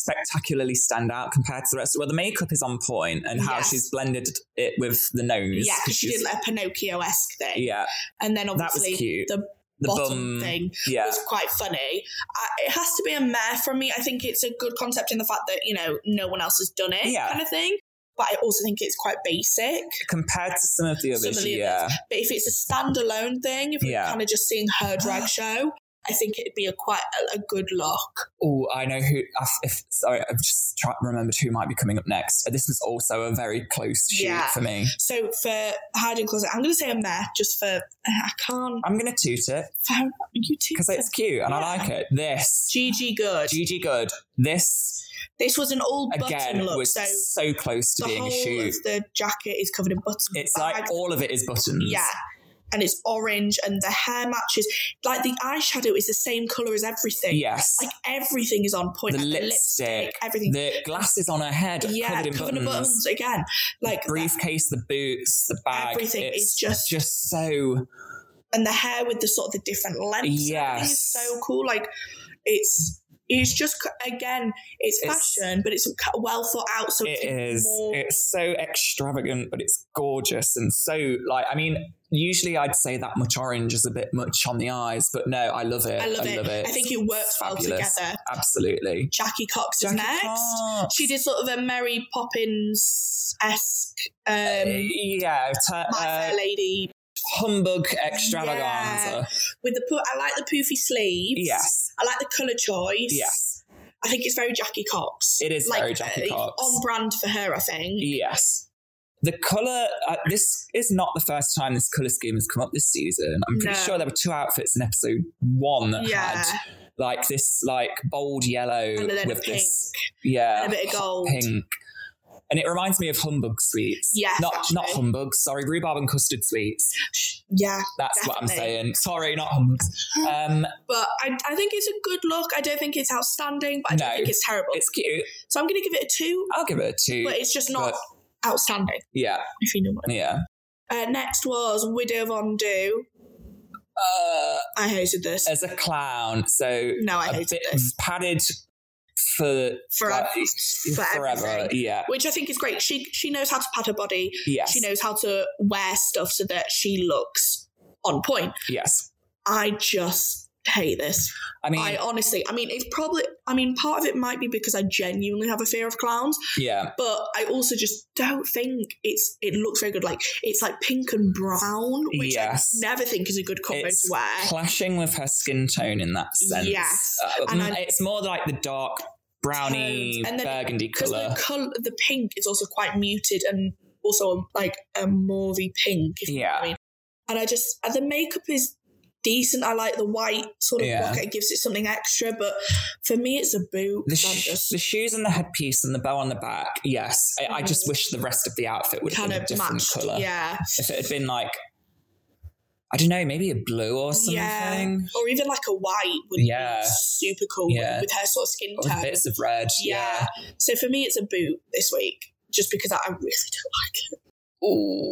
A: spectacularly stand out compared to the rest. Well, the makeup is on point, and how
B: Yes.
A: she's blended it with the nose.
B: yeah, because she
A: she's-
B: did like a Pinocchio esque thing,
A: Yeah,
B: and then
A: that was
B: obviously
A: cute.
B: the
A: The
B: bottom
A: bum
B: thing
A: Yeah,
B: was quite funny. I, it has to be a mare from me. I think it's a good concept in the fact that you know no one else has done it,
A: Yeah.
B: kind of thing. But I also think it's quite basic.
A: compared to some of the
B: Some
A: others.
B: of the
A: yeah,
B: But if it's a standalone thing, if
A: Yeah.
B: we're kind of just seeing her drag show, I think it'd be a quite a, a good look.
A: Oh, I know who. I f- If, sorry, I've just try- remembered who might be coming up next. Uh, This was also a very close shoot
B: Yeah.
A: for me.
B: So for hiding closet, I'm going to say I'm there just for I can't.
A: I'm gonna toot it
B: for- you two,
A: because it's cute and I
B: Yeah.
A: like it. This
B: GG good.
A: Gigi Good. This
B: this was an all
A: again
B: button look,
A: was
B: so
A: so, close to
B: the
A: being
B: whole
A: a shoot.
B: of the jacket is covered in buttons.
A: It's
B: Bag-
A: like all of it is buttons.
B: yeah, and it's orange and the hair matches. Like the eyeshadow is the same color as everything.
A: Yes.
B: Like everything is on point.
A: the
B: like
A: lipstick,
B: everything.
A: the glasses on her head,
B: yeah,
A: covered in
B: the
A: buttons,
B: buttons again. Like that-
A: briefcase, the boots, the bag.
B: Everything
A: it's
B: is just-
A: just so
B: and the hair with the sort of the different lengths. and everything
A: Yes.
B: is so cool. Like it's it's just c- again, it's
A: It's-
B: fashion, but it's c- well thought out. So
A: it
B: it's
A: is.
B: More,
A: It's so extravagant, but it's gorgeous and so like I mean. Usually, I'd say that much orange is a bit much on the eyes, but no, I love it.
B: I love it. I think it works well
A: Fabulous.
B: together.
A: Absolutely.
B: Jackie Cox is
A: Jackie
B: next. Um,
A: Cox.
B: She did sort of a Mary Poppins esque um,
A: Uh, yeah, t-
B: My
A: uh,
B: Fair Lady
A: humbug extravaganza.
B: with the poo- I like the poofy sleeves.
A: Yes,
B: I like the colour choice.
A: yes,
B: I think it's very Jackie Cox.
A: it is
B: Like,
A: very Jackie
B: uh,
A: Cox.
B: On brand for her, I think.
A: Yes. The color. Uh, this is not the first time this color scheme has come up this season. I'm pretty
B: No.
A: sure there were two outfits in episode one that
B: Yeah.
A: had like this, like bold yellow
B: And then a
A: with
B: pink
A: this, yeah,
B: and a bit of gold.
A: pink. And it reminds me of humbug sweets.
B: Yeah,
A: not
B: actually.
A: not humbug. Sorry, rhubarb and custard sweets.
B: Yeah.
A: That's what I'm
B: Definitely.
A: saying. Sorry, not humbugs. Um,
B: But I, I think it's a good look. I don't think it's outstanding, but I
A: No.
B: don't think it's terrible.
A: it's cute.
B: so I'm going to give it a two,
A: I'll give it a two.
B: but it's just not outstanding,
A: yeah,
B: if you know what I mean.
A: yeah.
B: Uh, next was Widow Von Do.
A: Uh,
B: I hated this.
A: as a clown, so
B: no, I
A: a
B: hated
A: bit
B: this.
A: padded for
B: For,
A: like,
B: for
A: forever.
B: everything.
A: Yeah,
B: Which I think is great. She she knows how to pad her body.
A: yes,
B: She knows how to wear stuff so that she looks on point.
A: yes.
B: I just hate this.
A: I mean,
B: I honestly, I mean, it's probably, I mean, part of it might be because I genuinely have a fear of clowns,
A: yeah,
B: but I also just don't think it's. It looks very good. Like it's like pink and brown, which
A: Yes.
B: I never think is a good combo
A: it's
B: to wear.
A: clashing with her skin tone in that sense.
B: Yes.
A: Uh,
B: And
A: mm,
B: I-
A: it's more like the dark browny
B: Tones. And then-
A: burgundy
B: Because
A: color.
B: the color, the pink is also quite muted and also like a mauvey pink. If you know what I
A: Yeah.
B: mean. And I just and the makeup is decent. I like the white sort of
A: Yeah.
B: look. It gives it something extra, but for me, it's a boot.
A: The,
B: I'm
A: sh-
B: just
A: the shoes and the headpiece and the bow on the back. Yes, I, I just wish the rest of the outfit would have
B: kind
A: been a
B: of
A: different
B: matched.
A: color.
B: Yeah.
A: If it had been like, I don't know, maybe a blue or something.
B: or even like a white would
A: Yeah.
B: be super cool
A: Yeah.
B: with her sort of skin
A: Or
B: tone.
A: bits of red.
B: Yeah. So for me, it's a boot this week, just because I I really don't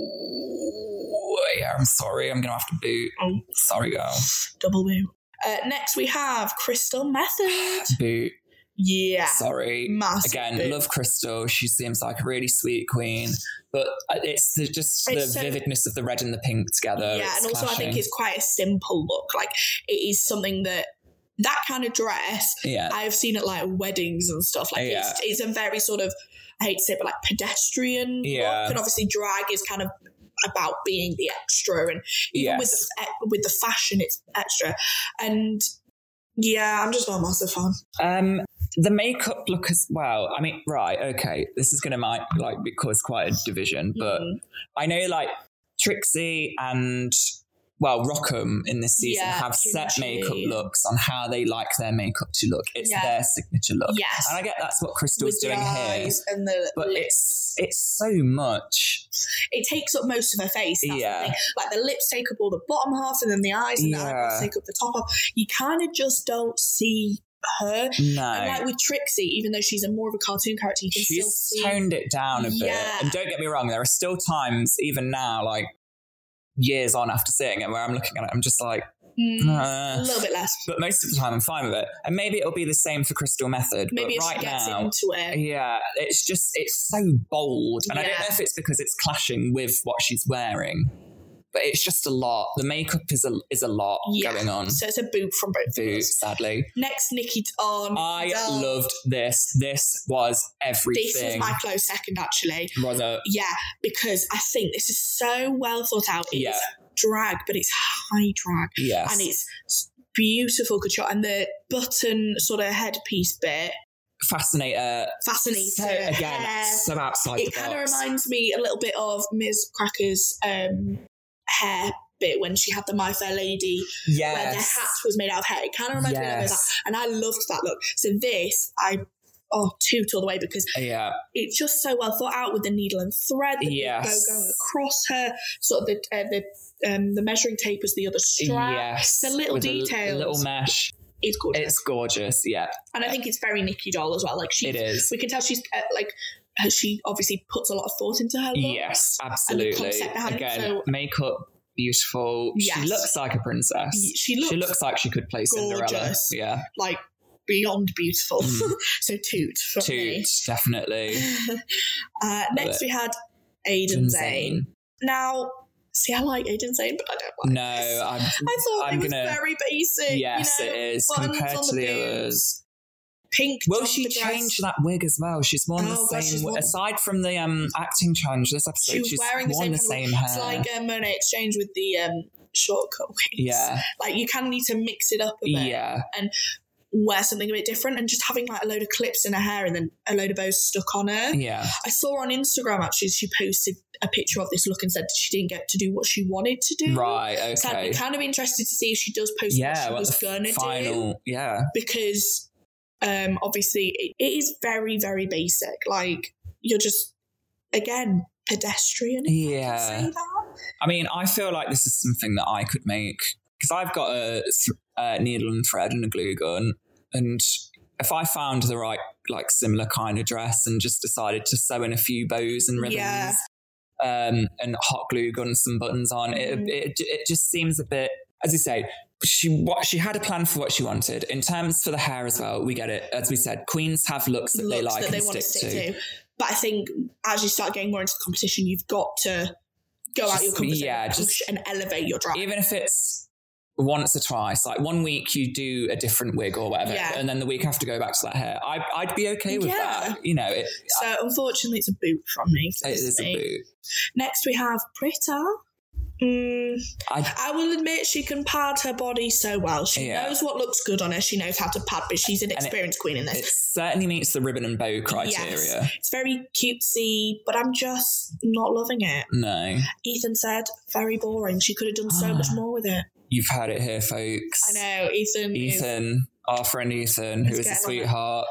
A: Ooh, yeah, I'm sorry. I'm gonna have to boot.
B: Oh.
A: Sorry, girl.
B: like double boot. Uh, next, we have Crystal Method.
A: Boot.
B: Yeah,
A: Sorry.
B: massive.
A: Again,
B: boot.
A: love Crystal. She seems like a really sweet queen, but uh, it's the, just the
B: It's so-
A: vividness of the red and the pink together.
B: Yeah,
A: It's
B: and also I think
A: clashing.
B: it's quite a simple look. Like it is something that that kind of dress
A: yeah,
B: I have seen at like weddings and stuff. Like it's, it's a very sort of I hate to say, it, but like pedestrian
A: Yeah.
B: look, and obviously drag is kind of about being the extra, and even with
A: yes.
B: the, f- with the fashion, it's extra. And yeah, I'm just not a massive fan.
A: um, the makeup look as well. I mean, right? Okay, this is gonna might like cause quite a division, but
B: Mm.
A: I know like Trixie and well Rockham in this season
B: Yeah,
A: have set
B: Kimchi.
A: makeup looks on how they like their makeup to look. It's
B: Yeah.
A: their signature look.
B: yes,
A: And I get that's what Crystal's
B: the
A: doing here.
B: eyes and the
A: But
B: lip.
A: it's it's so much.
B: it takes up most of her face. that's the
A: Yeah.
B: thing. like the lips take up all the bottom half, and then the eyes and the
A: Yeah.
B: eyebrows take up the top half. You kind of just don't see her. And
A: No.
B: like with Trixie, even though she's a more of a cartoon character, you can still
A: She's
B: see.
A: toned it down a
B: Yeah.
A: bit. And don't get me wrong, there are still times, even now, like years on after seeing it, where I'm looking at it, I'm just like,
B: Mm, a
A: "Uh."
B: little bit less.
A: but most of the time I'm fine with it. And maybe it'll be the same for Crystal Method.
B: Maybe if
A: but right
B: she gets
A: now,
B: into it.
A: Yeah, it's just it's so bold, and I don't
B: Yeah.
A: know if it's because it's clashing with what she's wearing, but it's just a lot. The makeup is a is a lot
B: Yeah.
A: going on.
B: So it's a boot from both of
A: Boo,
B: us.
A: sadly,
B: Next, Nikki on.
A: I loved this. This was
B: Oh, This was
A: everything.
B: my close second, actually.
A: Rather,
B: Yeah, because I think this is so well thought out. It's
A: Yeah.
B: drag, but it's high drag,
A: yes,
B: and it's s- beautiful couture, and the button sort of headpiece bit
A: fascinator.
B: fascinating.
A: So again,
B: hair.
A: so outside
B: it
A: the
B: kind of
A: box.
B: reminds me a little bit of Ms. Cracker's um, hair bit when she had the My Fair Lady where their
A: yes,
B: hat was made out of hair. It kind of reminds me of that.
A: yes,
B: And I loved that look. So this, I oh toot all the way because
A: Yeah.
B: it's just so well thought out with the needle and thread that
A: Yes.
B: go going across her. Sort of the uh, the um, the measuring tape is the other strap.
A: Yes.
B: The little
A: with a l-
B: details.
A: little mesh.
B: It's gorgeous,
A: It's gorgeous. Yeah,
B: and I think it's very Nikki doll as well. Like she,
A: it is.
B: we can tell she's uh, like uh, she obviously puts a lot of thought into her. Look.
A: Yes, absolutely.
B: concept behind it,
A: Again,
B: so-
A: makeup beautiful. She
B: Yes.
A: looks like a princess.
B: Y- She looks
A: she looks like she could play Cinderella.
B: gorgeous.
A: Yeah,
B: like beyond beautiful.
A: Mm.
B: so toot for
A: toot,
B: me.
A: definitely.
B: uh, next
A: it.
B: we had Aiden Zane. Now, see, I like Aiden Zane, but I don't like.
A: No,
B: this.
A: I'm.
B: I thought
A: I'm
B: it was
A: gonna-
B: very basic.
A: yes,
B: you know,
A: it is
B: buttons
A: compared
B: on
A: to
B: the
A: the
B: boobs.
A: others.
B: Pink.
A: Well,
B: top
A: she
B: of the dress.
A: changed that wig as well. She's worn
B: Oh,
A: the
B: God, she's
A: same.
B: worn-
A: aside from the um acting challenge this episode,
B: She was
A: she's
B: wearing the
A: worn
B: same
A: the
B: kind
A: same hair.
B: It's like a Monet exchange with the um, shortcut wigs.
A: yeah,
B: Like you kind of need to mix it up a bit,
A: yeah,
B: wear something a bit different, and just having like a load of clips in her hair and then a load of bows stuck on her.
A: yeah.
B: I saw on Instagram actually she posted a picture of this look and said that she didn't get to do what she wanted to do.
A: Right. Okay.
B: So I'd be kind of interested to see if she does post
A: yeah.
B: what she
A: what
B: was
A: the
B: gonna do
A: final. Yeah.
B: because um obviously it, it is very very basic. Like you're just again pedestrian. if I
A: Yeah.
B: can Say that.
A: I mean, I feel like this is something that I could make because I've got a, th- a needle and thread and a glue gun, and if I found the right, like, similar kind of dress and just decided to sew in a few bows and ribbons.
B: Yeah.
A: Um, and hot glue gun some buttons on it,
B: Mhm.
A: it it just seems a bit as you say she what she had a plan for what she wanted in terms for the hair as well we get it as we said queens have looks that they
B: looks
A: like
B: that they
A: and
B: want
A: stick,
B: to stick to. But I think as you start getting more into the competition, you've got to go out
A: Just-
B: your comfort zone
A: yeah,
B: and, push and elevate your drag.
A: even if it's once or twice, like one week you do a different wig or whatever,
B: Yeah.
A: and then the week after go back to that hair. I, I'd be okay with
B: Yeah.
A: that. You know, it,
B: so unfortunately, it's a boot from me. for
A: it
B: this
A: is a
B: week.
A: boot.
B: Next, we have Britta. Mm,
A: I,
B: I will admit she can pad her body so well. She
A: Yeah.
B: knows what looks good on her. She knows how to pad, but she's an
A: it-
B: experienced queen in
A: it
B: this.
A: certainly meets the ribbon and bow criteria.
B: It's very cutesy, but I'm just not loving it.
A: No,
B: Ethan said, very boring. She could have done so much
A: Ah.
B: more with it.
A: you've heard it here, folks.
B: I know, Ethan. is-
A: Ethan, our friend Ethan, who is
B: He's
A: a
B: getting on it.
A: sweetheart,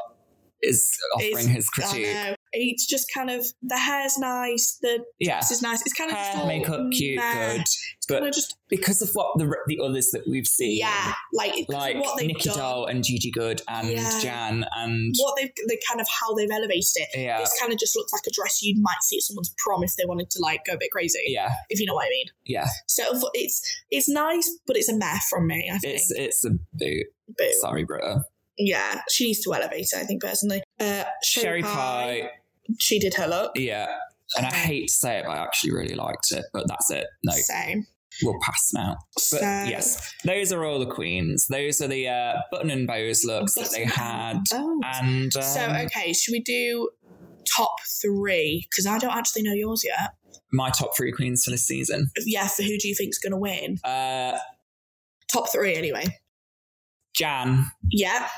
A: is offering
B: He's-
A: his
B: I
A: critique.
B: know. It's just kind of the hair's nice, the
A: Yeah,
B: dress is nice. It's kind of just
A: hair,
B: all,
A: makeup, cute,
B: meh.
A: good,
B: Kind
A: but
B: of just
A: because of what the the others that we've seen,
B: yeah, like it's
A: like
B: what they've
A: Nikki
B: done,
A: Doll and Gigi Good and
B: Yeah.
A: Jan and
B: what they the kind of how they've elevated it.
A: yeah,
B: This kind of just looks like a dress you might see at someone's prom if they wanted to like go a bit crazy,
A: yeah,
B: if you know what I mean.
A: yeah.
B: So unfo- it's it's nice, but it's a meh from me. I think.
A: It's it's a boot.
B: Boo.
A: Sorry, Britta.
B: yeah, she needs to elevate it. I think personally. Uh,
A: Sherry pie.
B: She did her look.
A: Yeah. And I hate to say it, but I actually really liked it. But that's it. No,
B: Same.
A: we'll pass now.
B: so
A: But yes, those are all the queens. Those are the uh, button and bows looks that they had.
B: Oh.
A: And um,
B: so okay, should we do top three? Because I don't actually know yours yet.
A: my top three queens for this season.
B: Yeah, for who do you think's going to win?
A: Uh,
B: Top three, anyway.
A: Jan,
B: Yeah.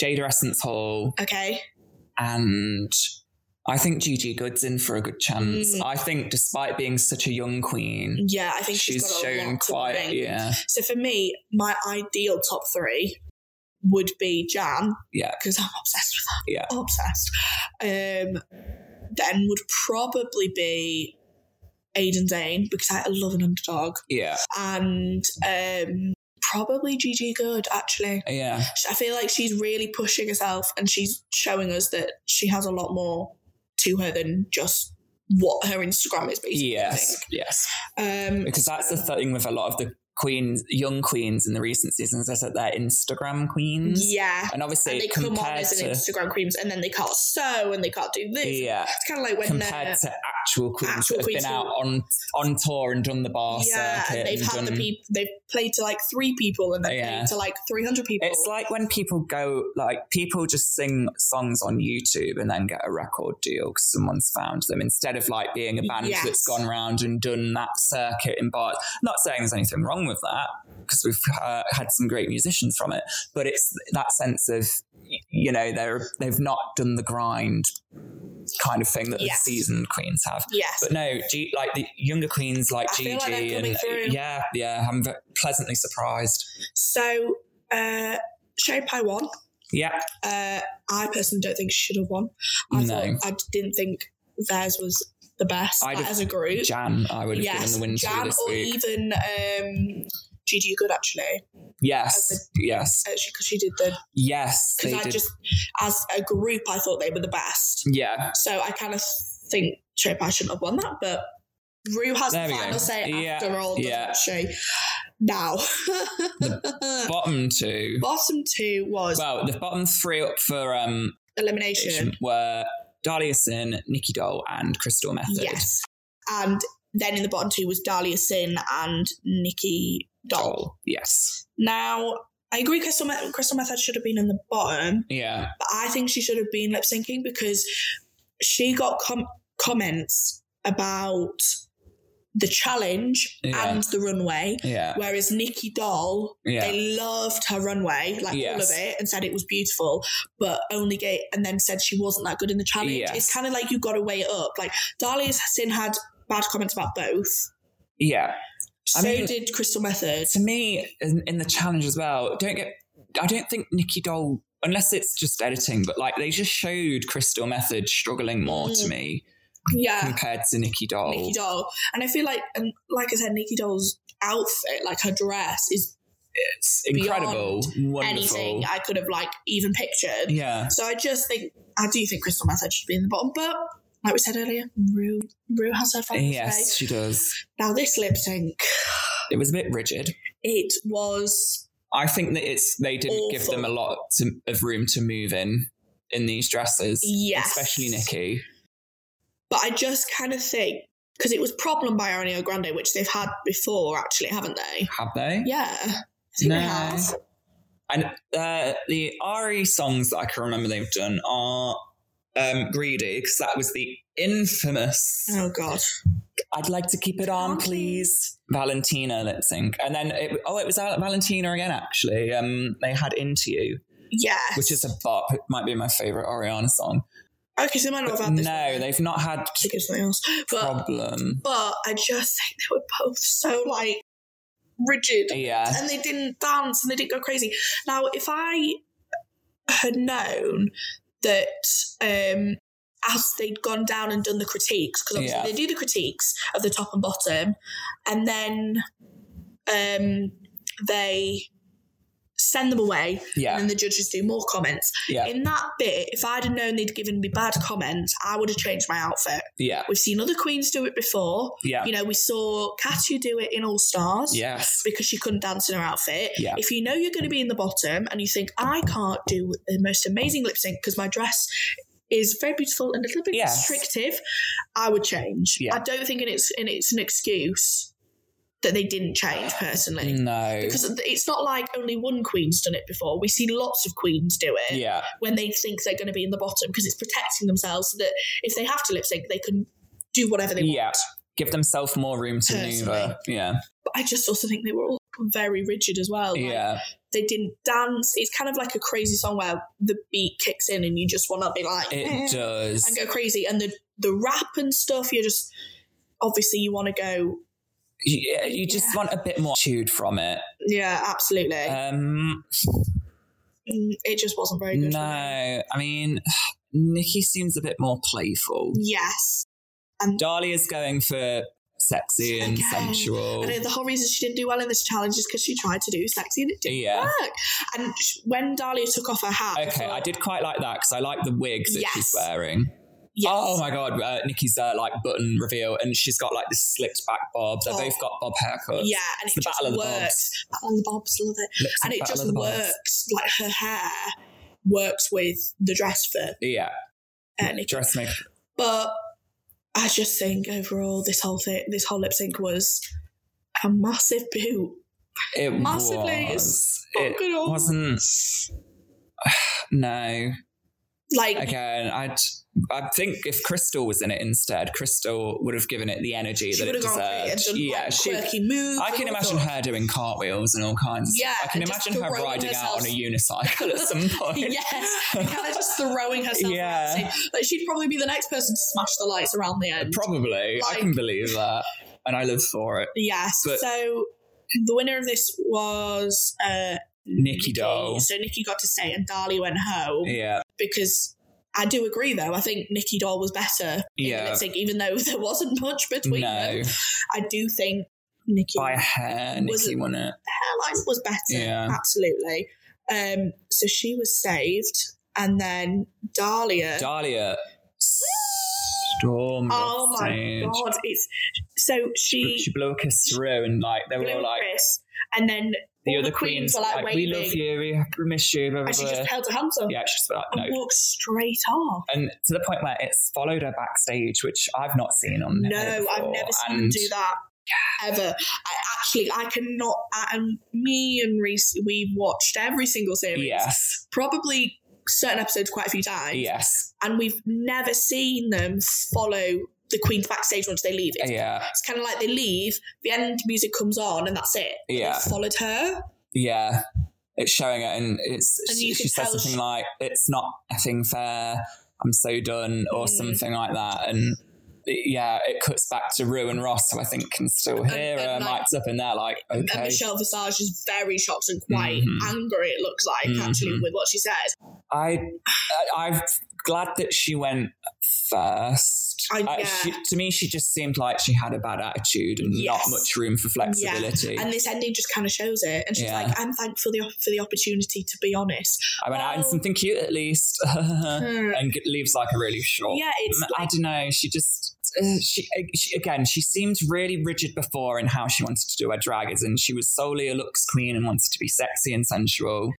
A: Jada Essence Hall,
B: Okay.
A: and I think Gigi Good's in for a good chance.
B: Mm.
A: I think, despite being such a young queen,
B: Yeah, I think she's
A: she's,
B: got a
A: shown
B: lot to
A: quite
B: bring.
A: yeah,
B: So for me, my ideal top three would be Jan.
A: Yeah.
B: Because I'm obsessed with
A: Yeah.
B: her. Obsessed. Um, then would probably be Aiden Zane because I love an underdog.
A: yeah,
B: And um, probably Gigi Good, actually.
A: yeah.
B: I feel like she's really pushing herself and she's showing us that she has a lot more to her than just what her Instagram is basically. I
A: Yes, yes,
B: think. Um,
A: because that's the thing with a lot of the queens, young queens in the recent seasons, is that they're Instagram queens,
B: yeah.
A: and obviously
B: and they come on
A: compared
B: as an
A: to
B: Instagram queens, and then they can't sew and they can't do this.
A: yeah,
B: It's kind of like when uh,
A: compared
B: they're
A: to actual queens
B: actual
A: that have
B: queens
A: been
B: who-
A: out on on tour and done the bar
B: yeah,
A: circuit,
B: and they've had
A: done,
B: the people they've played to like three people and then
A: Yeah.
B: played to like three hundred people.
A: It's like when people go, like people just sing songs on YouTube and then get a record deal because someone's found them instead of like being a band
B: Yes.
A: that's gone round and done that circuit in bars. Not saying there's anything wrong with that because we've uh, had some great musicians from it, but it's that sense of y- you know they're they've not done the grind kind of thing that
B: Yes.
A: the seasoned queens have.
B: yes,
A: But no, G- like the younger queens like
B: I
A: Gigi
B: feel like they're coming
A: and
B: through.
A: yeah, yeah, I'm ve- pleasantly surprised.
B: so uh, Sherry Pie one,
A: Yeah.
B: Uh, I personally don't think she should have won. I
A: No.
B: thought I didn't think theirs was the best
A: I'd
B: like,
A: have-
B: as a group.
A: Jan, I would have
B: yes,
A: given the win to
B: Jan
A: this
B: or
A: week.
B: even um, Gigi Good actually,
A: yes,
B: as
A: yes,
B: because she did the.
A: yes. They
B: Because I
A: did.
B: just, as a group, I thought they were the best.
A: yeah,
B: So I kind of think Trip I shouldn't have won that, but Rue has
A: There
B: the
A: we go.
B: final say
A: Yeah,
B: after all, doesn't
A: yeah.
B: she? Now,
A: bottom two.
B: bottom two was
A: Well, the bottom three up for um
B: elimination.
A: were Dahlia Sin, Nikki Doll, and Crystal Method.
B: Yes. And then in the bottom two was Dahlia Sin and Nikki Doll.
A: Doll. Yes.
B: Now, I agree Crystal, Meth- Crystal Method should have been in the bottom,
A: Yeah.
B: but I think she should have been lip syncing because she got com- comments about the challenge
A: Yeah.
B: and the runway.
A: Yeah.
B: Whereas Nikki Doll,
A: Yeah.
B: they loved her runway, like all
A: Yes.
B: of it, and said it was beautiful, but only gay, and then said she wasn't that good in the challenge.
A: Yes.
B: It's kind of like you got to weigh it up. Like Dahlia Sin had bad comments about both.
A: yeah. I
B: So
A: mean-
B: did Crystal Method.
A: To me, in, in the challenge as well, don't get. I don't think Nikki Doll, unless it's just editing, but like they just showed Crystal Method struggling more to
B: Mm.
A: me
B: Yeah,
A: compared to Nikki Doll.
B: Nikki Doll, and I feel like, and like I said, Nikki Doll's outfit, like her dress, is
A: It's incredible, wonderful.
B: anything I could have like even pictured.
A: Yeah.
B: So I just think I do think Crystal Method should be in the bottom, but. Like we said earlier, Rue, Rue has her final
A: Yes,
B: say.
A: she does.
B: Now this lip sync,
A: It was a bit rigid.
B: it was
A: I think that it's they didn't give them a lot to, of room to move in in these dresses,
B: Yes.
A: especially Nikki.
B: But I just kind of think because it was problem by Ariana Grande, which they've had before, actually, haven't they?
A: Have they?
B: Yeah. I think
A: No.
B: they have.
A: And uh, the RE songs that I can remember they've done are um, Greedy, because that was the infamous
B: Oh god.
A: I'd like to keep it on, please. Valentina lip sync. And then, it, oh, it was Val- Valentina again, actually. Um, they had Into You,
B: Yeah.
A: which is a bop. It might be my favourite Ariana song.
B: okay. So they might not have
A: But
B: had
A: no,
B: this. one.
A: they've not had
B: They did something else. But
A: problem.
B: but I just think they were both so like rigid,
A: Yeah.
B: and they didn't dance and they didn't go crazy. Now, if I had known that. um as they'd gone down and done the critiques, because obviously
A: Yeah.
B: they do the critiques of the top and bottom, and then um, they send them away, and
A: Yeah.
B: then the judges do more comments.
A: Yeah.
B: In that bit, if I'd have known they'd given me bad comments, I would have changed my outfit.
A: Yeah.
B: We've seen other queens do it before.
A: Yeah.
B: You know, we saw Katya do it in All Stars
A: Yes.
B: because she couldn't dance in her outfit.
A: Yeah.
B: If you know you're going to be in the bottom and you think, I can't do the most amazing lip sync because my dress is very beautiful and a little bit
A: Yes.
B: restrictive, I would change.
A: Yeah.
B: I don't think and it's, and it's an excuse that they didn't change personally.
A: No.
B: Because it's not like only one queen's done it before. We see lots of queens do it
A: yeah.
B: when they think they're going to be in the bottom because it's protecting themselves so that if they have to lip sync, they can do whatever they
A: Yeah.
B: want.
A: Give themselves more room to maneuver. Yeah.
B: But I just also think they were all very rigid as well. Like,
A: Yeah.
B: They didn't dance. It's kind of like a crazy song where the beat kicks in and you just want to be like, "Eh,"
A: It does.
B: and go crazy. And the, the rap and stuff, you're just, obviously, you want to go,
A: You, you just want a bit more attitude from it.
B: yeah, absolutely.
A: Um,
B: Mm, it just wasn't very good.
A: no,
B: for me.
A: I mean, Nikki seems a bit more playful.
B: Yes.
A: Dahlia is going for sexy and
B: Again.
A: sensual.
B: I know the whole reason she didn't do well in this challenge is because she tried to do sexy and it didn't
A: Yeah.
B: work. And sh- when Dahlia took off her hat,
A: Okay, I did quite like that because I like the wigs that she's
B: Yes.
A: wearing.
B: Yes.
A: Oh my god, uh, Nikki's uh, like button reveal, and she's got like this slicked back bob. They
B: Oh.
A: both got bob haircuts.
B: yeah, and
A: the
B: it just
A: Battle of the
B: works. Battle of the Bobs, love it.
A: Looks
B: and
A: like
B: it
A: Battle of
B: just
A: the Barbs.
B: works. Like her hair works with the dress for
A: Yeah,
B: uh, Nikki.
A: dressmaker.
B: But I just think overall, this whole thing, this whole lip sync was a massive boot.
A: It
B: Massively,
A: was.
B: not
A: It
B: good at all.
A: wasn't. No.
B: Like,
A: Again, I'd. I think if Crystal was in it instead, Crystal would have given it the energy
B: she
A: that
B: would
A: it
B: have gone crazy and
A: deserved.
B: done
A: Yeah,
B: like,
A: she.
B: quirky moves.
A: I
B: and
A: can
B: all
A: imagine
B: sorts.
A: her doing cartwheels and all kinds.
B: Yeah,
A: I can
B: and just
A: imagine her
B: throwing
A: riding out
B: herself-
A: on a unicycle at some point.
B: Yes, and kind of just throwing herself.
A: Yeah.
B: Yeah, like she'd probably be the next person to smash the lights around the end.
A: Probably. I can
B: Like-
A: believe that. And I live for it.
B: Yes.
A: But-
B: so the winner of this was uh,
A: Nikki Doll.
B: So Nikki got to stay and Dali went home
A: Yeah,
B: because I do agree though. I think Nikki Doll was better. in
A: Yeah.
B: Lip sync, even though there wasn't much between
A: no,
B: them. I do think Nikki
A: by a hair,
B: Was
A: Nikki
B: it-
A: won it.
B: hairline was better.
A: Yeah.
B: Absolutely. Um, so she was saved. And then Dahlia.
A: Dahlia stormed.
B: oh
A: off
B: my
A: stage.
B: God. It's so she,
A: She blew us through, and like they were
B: blew
A: all like
B: Chris. And then
A: the
B: all
A: other
B: the queens
A: queens,
B: were, like,
A: like, "We love
B: waving."
A: you, we miss you." Blah, blah,
B: and she
A: blah.
B: just Oh held her hands up
A: Yeah, she's like,
B: and
A: no.
B: walked straight off.
A: And to the point where it's followed her backstage, which I've not seen on.
B: No,
A: her
B: I've
A: before,
B: never seen her
A: and
B: do that. Ever, I actually I cannot. I, and me and Reese, we watched every single series,
A: Yes,
B: probably certain episodes quite a few times.
A: yes,
B: and we've never seen them follow the Queen's backstage once they leave. It's,
A: yeah,
B: it's kind of like they leave, the end music comes on, and that's it.
A: yeah.
B: They followed her.
A: Yeah, it's showing it, and it's
B: And
A: she,
B: you
A: she
B: can
A: says
B: tell
A: something
B: she-
A: like, "It's not effing fair. I'm so done," or
B: Mm.
A: something like that, and. it- Yeah, it cuts back to Rue and Ross, who I think can still hear
B: and
A: her
B: like-
A: mic'd up, and they're like,
B: And
A: okay.
B: Michelle Visage is very shocked and quite
A: Mhm.
B: angry, it looks like, actually,
A: Mhm.
B: with what she says.
A: I, I- I'm glad that she went first.
B: I-
A: Uh,
B: yeah.
A: she, to me, she just seemed like she had a bad attitude and
B: Yes.
A: not much room for flexibility.
B: And this ending just kind of shows it. And she's
A: Yeah.
B: like, I'm thankful the, for the opportunity to be honest.
A: I went out in
B: Oh.
A: something cute at least, and
B: Hmm.
A: g- leaves like a really short
B: Yeah, it's
A: I don't know. She just uh, she, uh, she again. She seemed really rigid before in how she wanted to do her drag, as in she was solely a looks queen and wanted to be sexy and sensual.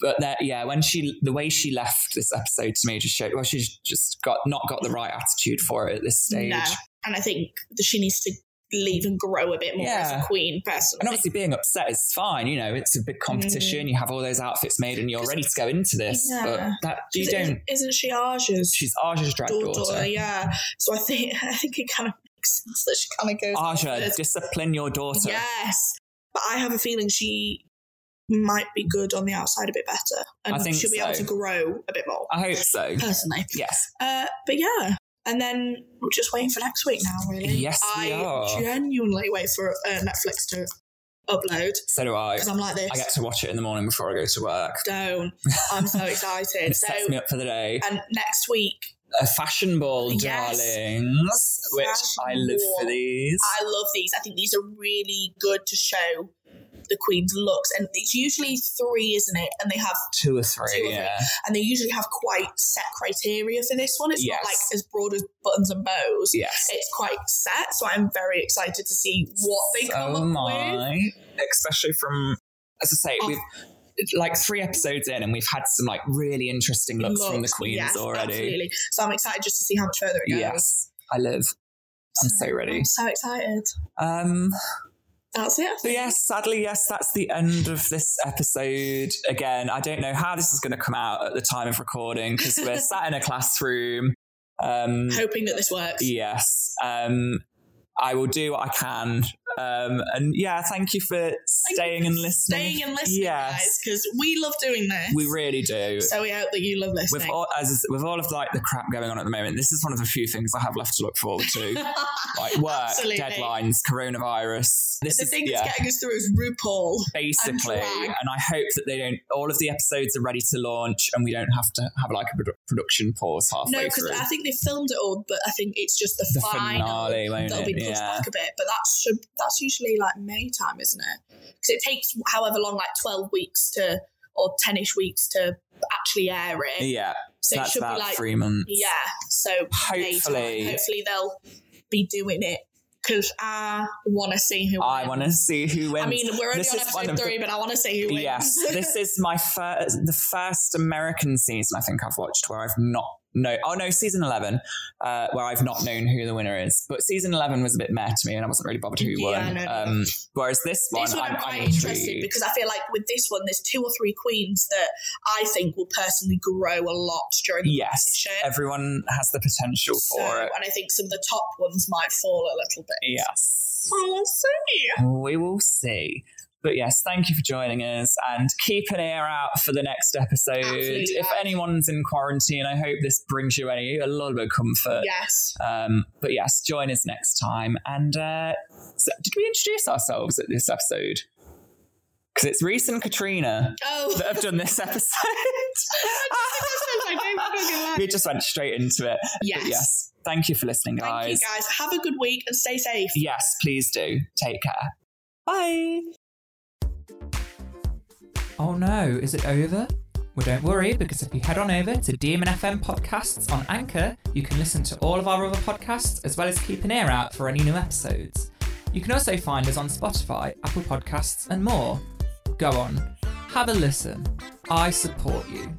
A: But that yeah, when she the way she left this episode to me just showed well she's just got not got the right attitude for it at this stage.
B: no. And I think that she needs to leave and grow a bit more as
A: Yeah.
B: a queen, personally.
A: And obviously, being upset is fine. You know, it's a big competition. You have all those outfits made, and you're ready to go into this.
B: Mm. Yeah.
A: But that you
B: Because
A: don't.
B: isn't- Isn't she Arja's?
A: She's Arja's drag
B: daughter,
A: daughter.
B: yeah. So I think I think it kind of makes sense that she kind of goes.
A: Arja,
B: Yes.
A: discipline your daughter.
B: yes, but I have a feeling she might be good on the outside a bit better, and
A: I think
B: she'll be able
A: so.
B: to grow a bit more
A: I hope so.
B: personally.
A: Yes.
B: Uh, but yeah, and then we're just waiting for next week now. Really,
A: Yes,
B: I
A: we are.
B: genuinely wait for uh, Netflix to upload
A: So do I.
B: because I'm like this.
A: I get to watch it in the morning before I go to work.
B: Don't. I'm so excited.
A: It
B: so
A: sets me up for the day.
B: and next week
A: A fashion ball,
B: Yes.
A: darlings, which I
B: Fashion
A: live for
B: ball.
A: these.
B: I love these. I think these are really good to show the queen's looks, and it's usually three, isn't it? And they have,
A: two or three,
B: Two or three.
A: yeah.
B: and they usually have quite set criteria for this one. It's
A: Yes.
B: not like as broad as buttons and bows.
A: Yes.
B: It's quite set, so I'm very excited to see what they
A: so
B: come up
A: am
B: with.
A: I. Especially from, as I say,
B: Oh.
A: we've like three episodes in and we've had some like really interesting looks, from the
B: Looks,
A: queens
B: yes,
A: already.
B: Absolutely. So I'm excited just to see how much further it goes.
A: Yes. I live. I'm so ready.
B: I'm so excited.
A: Um,
B: That's it. I
A: So
B: think.
A: yes, sadly, yes, that's the end of this episode. Again, I don't know how this is going to come out at the time of recording because we're sat in a classroom. Um,
B: Hoping that this works.
A: yes, um, I will do what I can. Um, and yeah, thank you for staying and listening.
B: Staying and listening,
A: Yes.
B: guys, because we love doing this.
A: we really do.
B: So we hope that you love
A: With
B: listening.
A: all, as, with all of like the crap going on at the moment, this is one of the few things I have left to look forward to. Like work,
B: Absolutely.
A: deadlines, coronavirus. This
B: the
A: is
B: thing
A: yeah.
B: that's getting us through is RuPaul.
A: basically
B: And drag.
A: and, i hope that they don't all of the episodes are ready to launch and we don't have to have like a produ- production pause
B: No,
A: halfway
B: because
A: through
B: I think they filmed it all, but I think it's just the,
A: The
B: final
A: finale, won't
B: that'll
A: it?
B: be pushed
A: Yeah.
B: back a bit. But that should that's usually like May time, isn't it? Because it takes however long, like twelve weeks to or ten-ish weeks to actually air it.
A: yeah
B: so it
A: that's
B: should be
A: about
B: like
A: three months
B: yeah. So May time.
A: Hopefully.
B: hopefully they'll be doing it because I want to see who.
A: i
B: wins.
A: want to see who wins
B: I mean, we're only
A: This
B: on
A: is one
B: episode
A: of the-
B: three, but I want to see who wins.
A: yes this is my first the first american season i think i've watched where i've not no oh no season 11 uh, where i've not known who the winner is but season 11 was a bit meh to me and i wasn't really bothered who
B: Yeah,
A: won
B: no, no.
A: um, whereas this one,
B: This one I'm, quite interested
A: intrigued.
B: because I feel like with this one, there's two or three queens that I think will personally grow a lot during the
A: yes
B: competition.
A: everyone has the potential
B: So-
A: for it
B: and I think some of the top ones might fall a little bit.
A: yes
B: We'll see.
A: We will see. But yes, thank you for joining us and keep an ear out for the next episode.
B: Absolutely.
A: If anyone's in quarantine, I hope this brings you any a little bit of comfort.
B: Yes.
A: Um, but yes, join us next time. And uh, so did we introduce ourselves at this episode? because it's Reese and Katrina
B: Oh,
A: that have done this episode.
B: I don't fucking lie.
A: we just went straight into it.
B: Yes.
A: But yes. Thank you for listening,
B: Thank
A: guys.
B: you guys. Have a good week and stay safe.
A: Yes, please do. Take care. Bye. Oh no, is it over? Well, don't worry, because if you head on over to Demon FM Podcasts on Anchor, you can listen to all of our other podcasts as well as keep an ear out for any new episodes. You can also find us on Spotify, Apple Podcasts, and more. Go on, have a listen. I support you.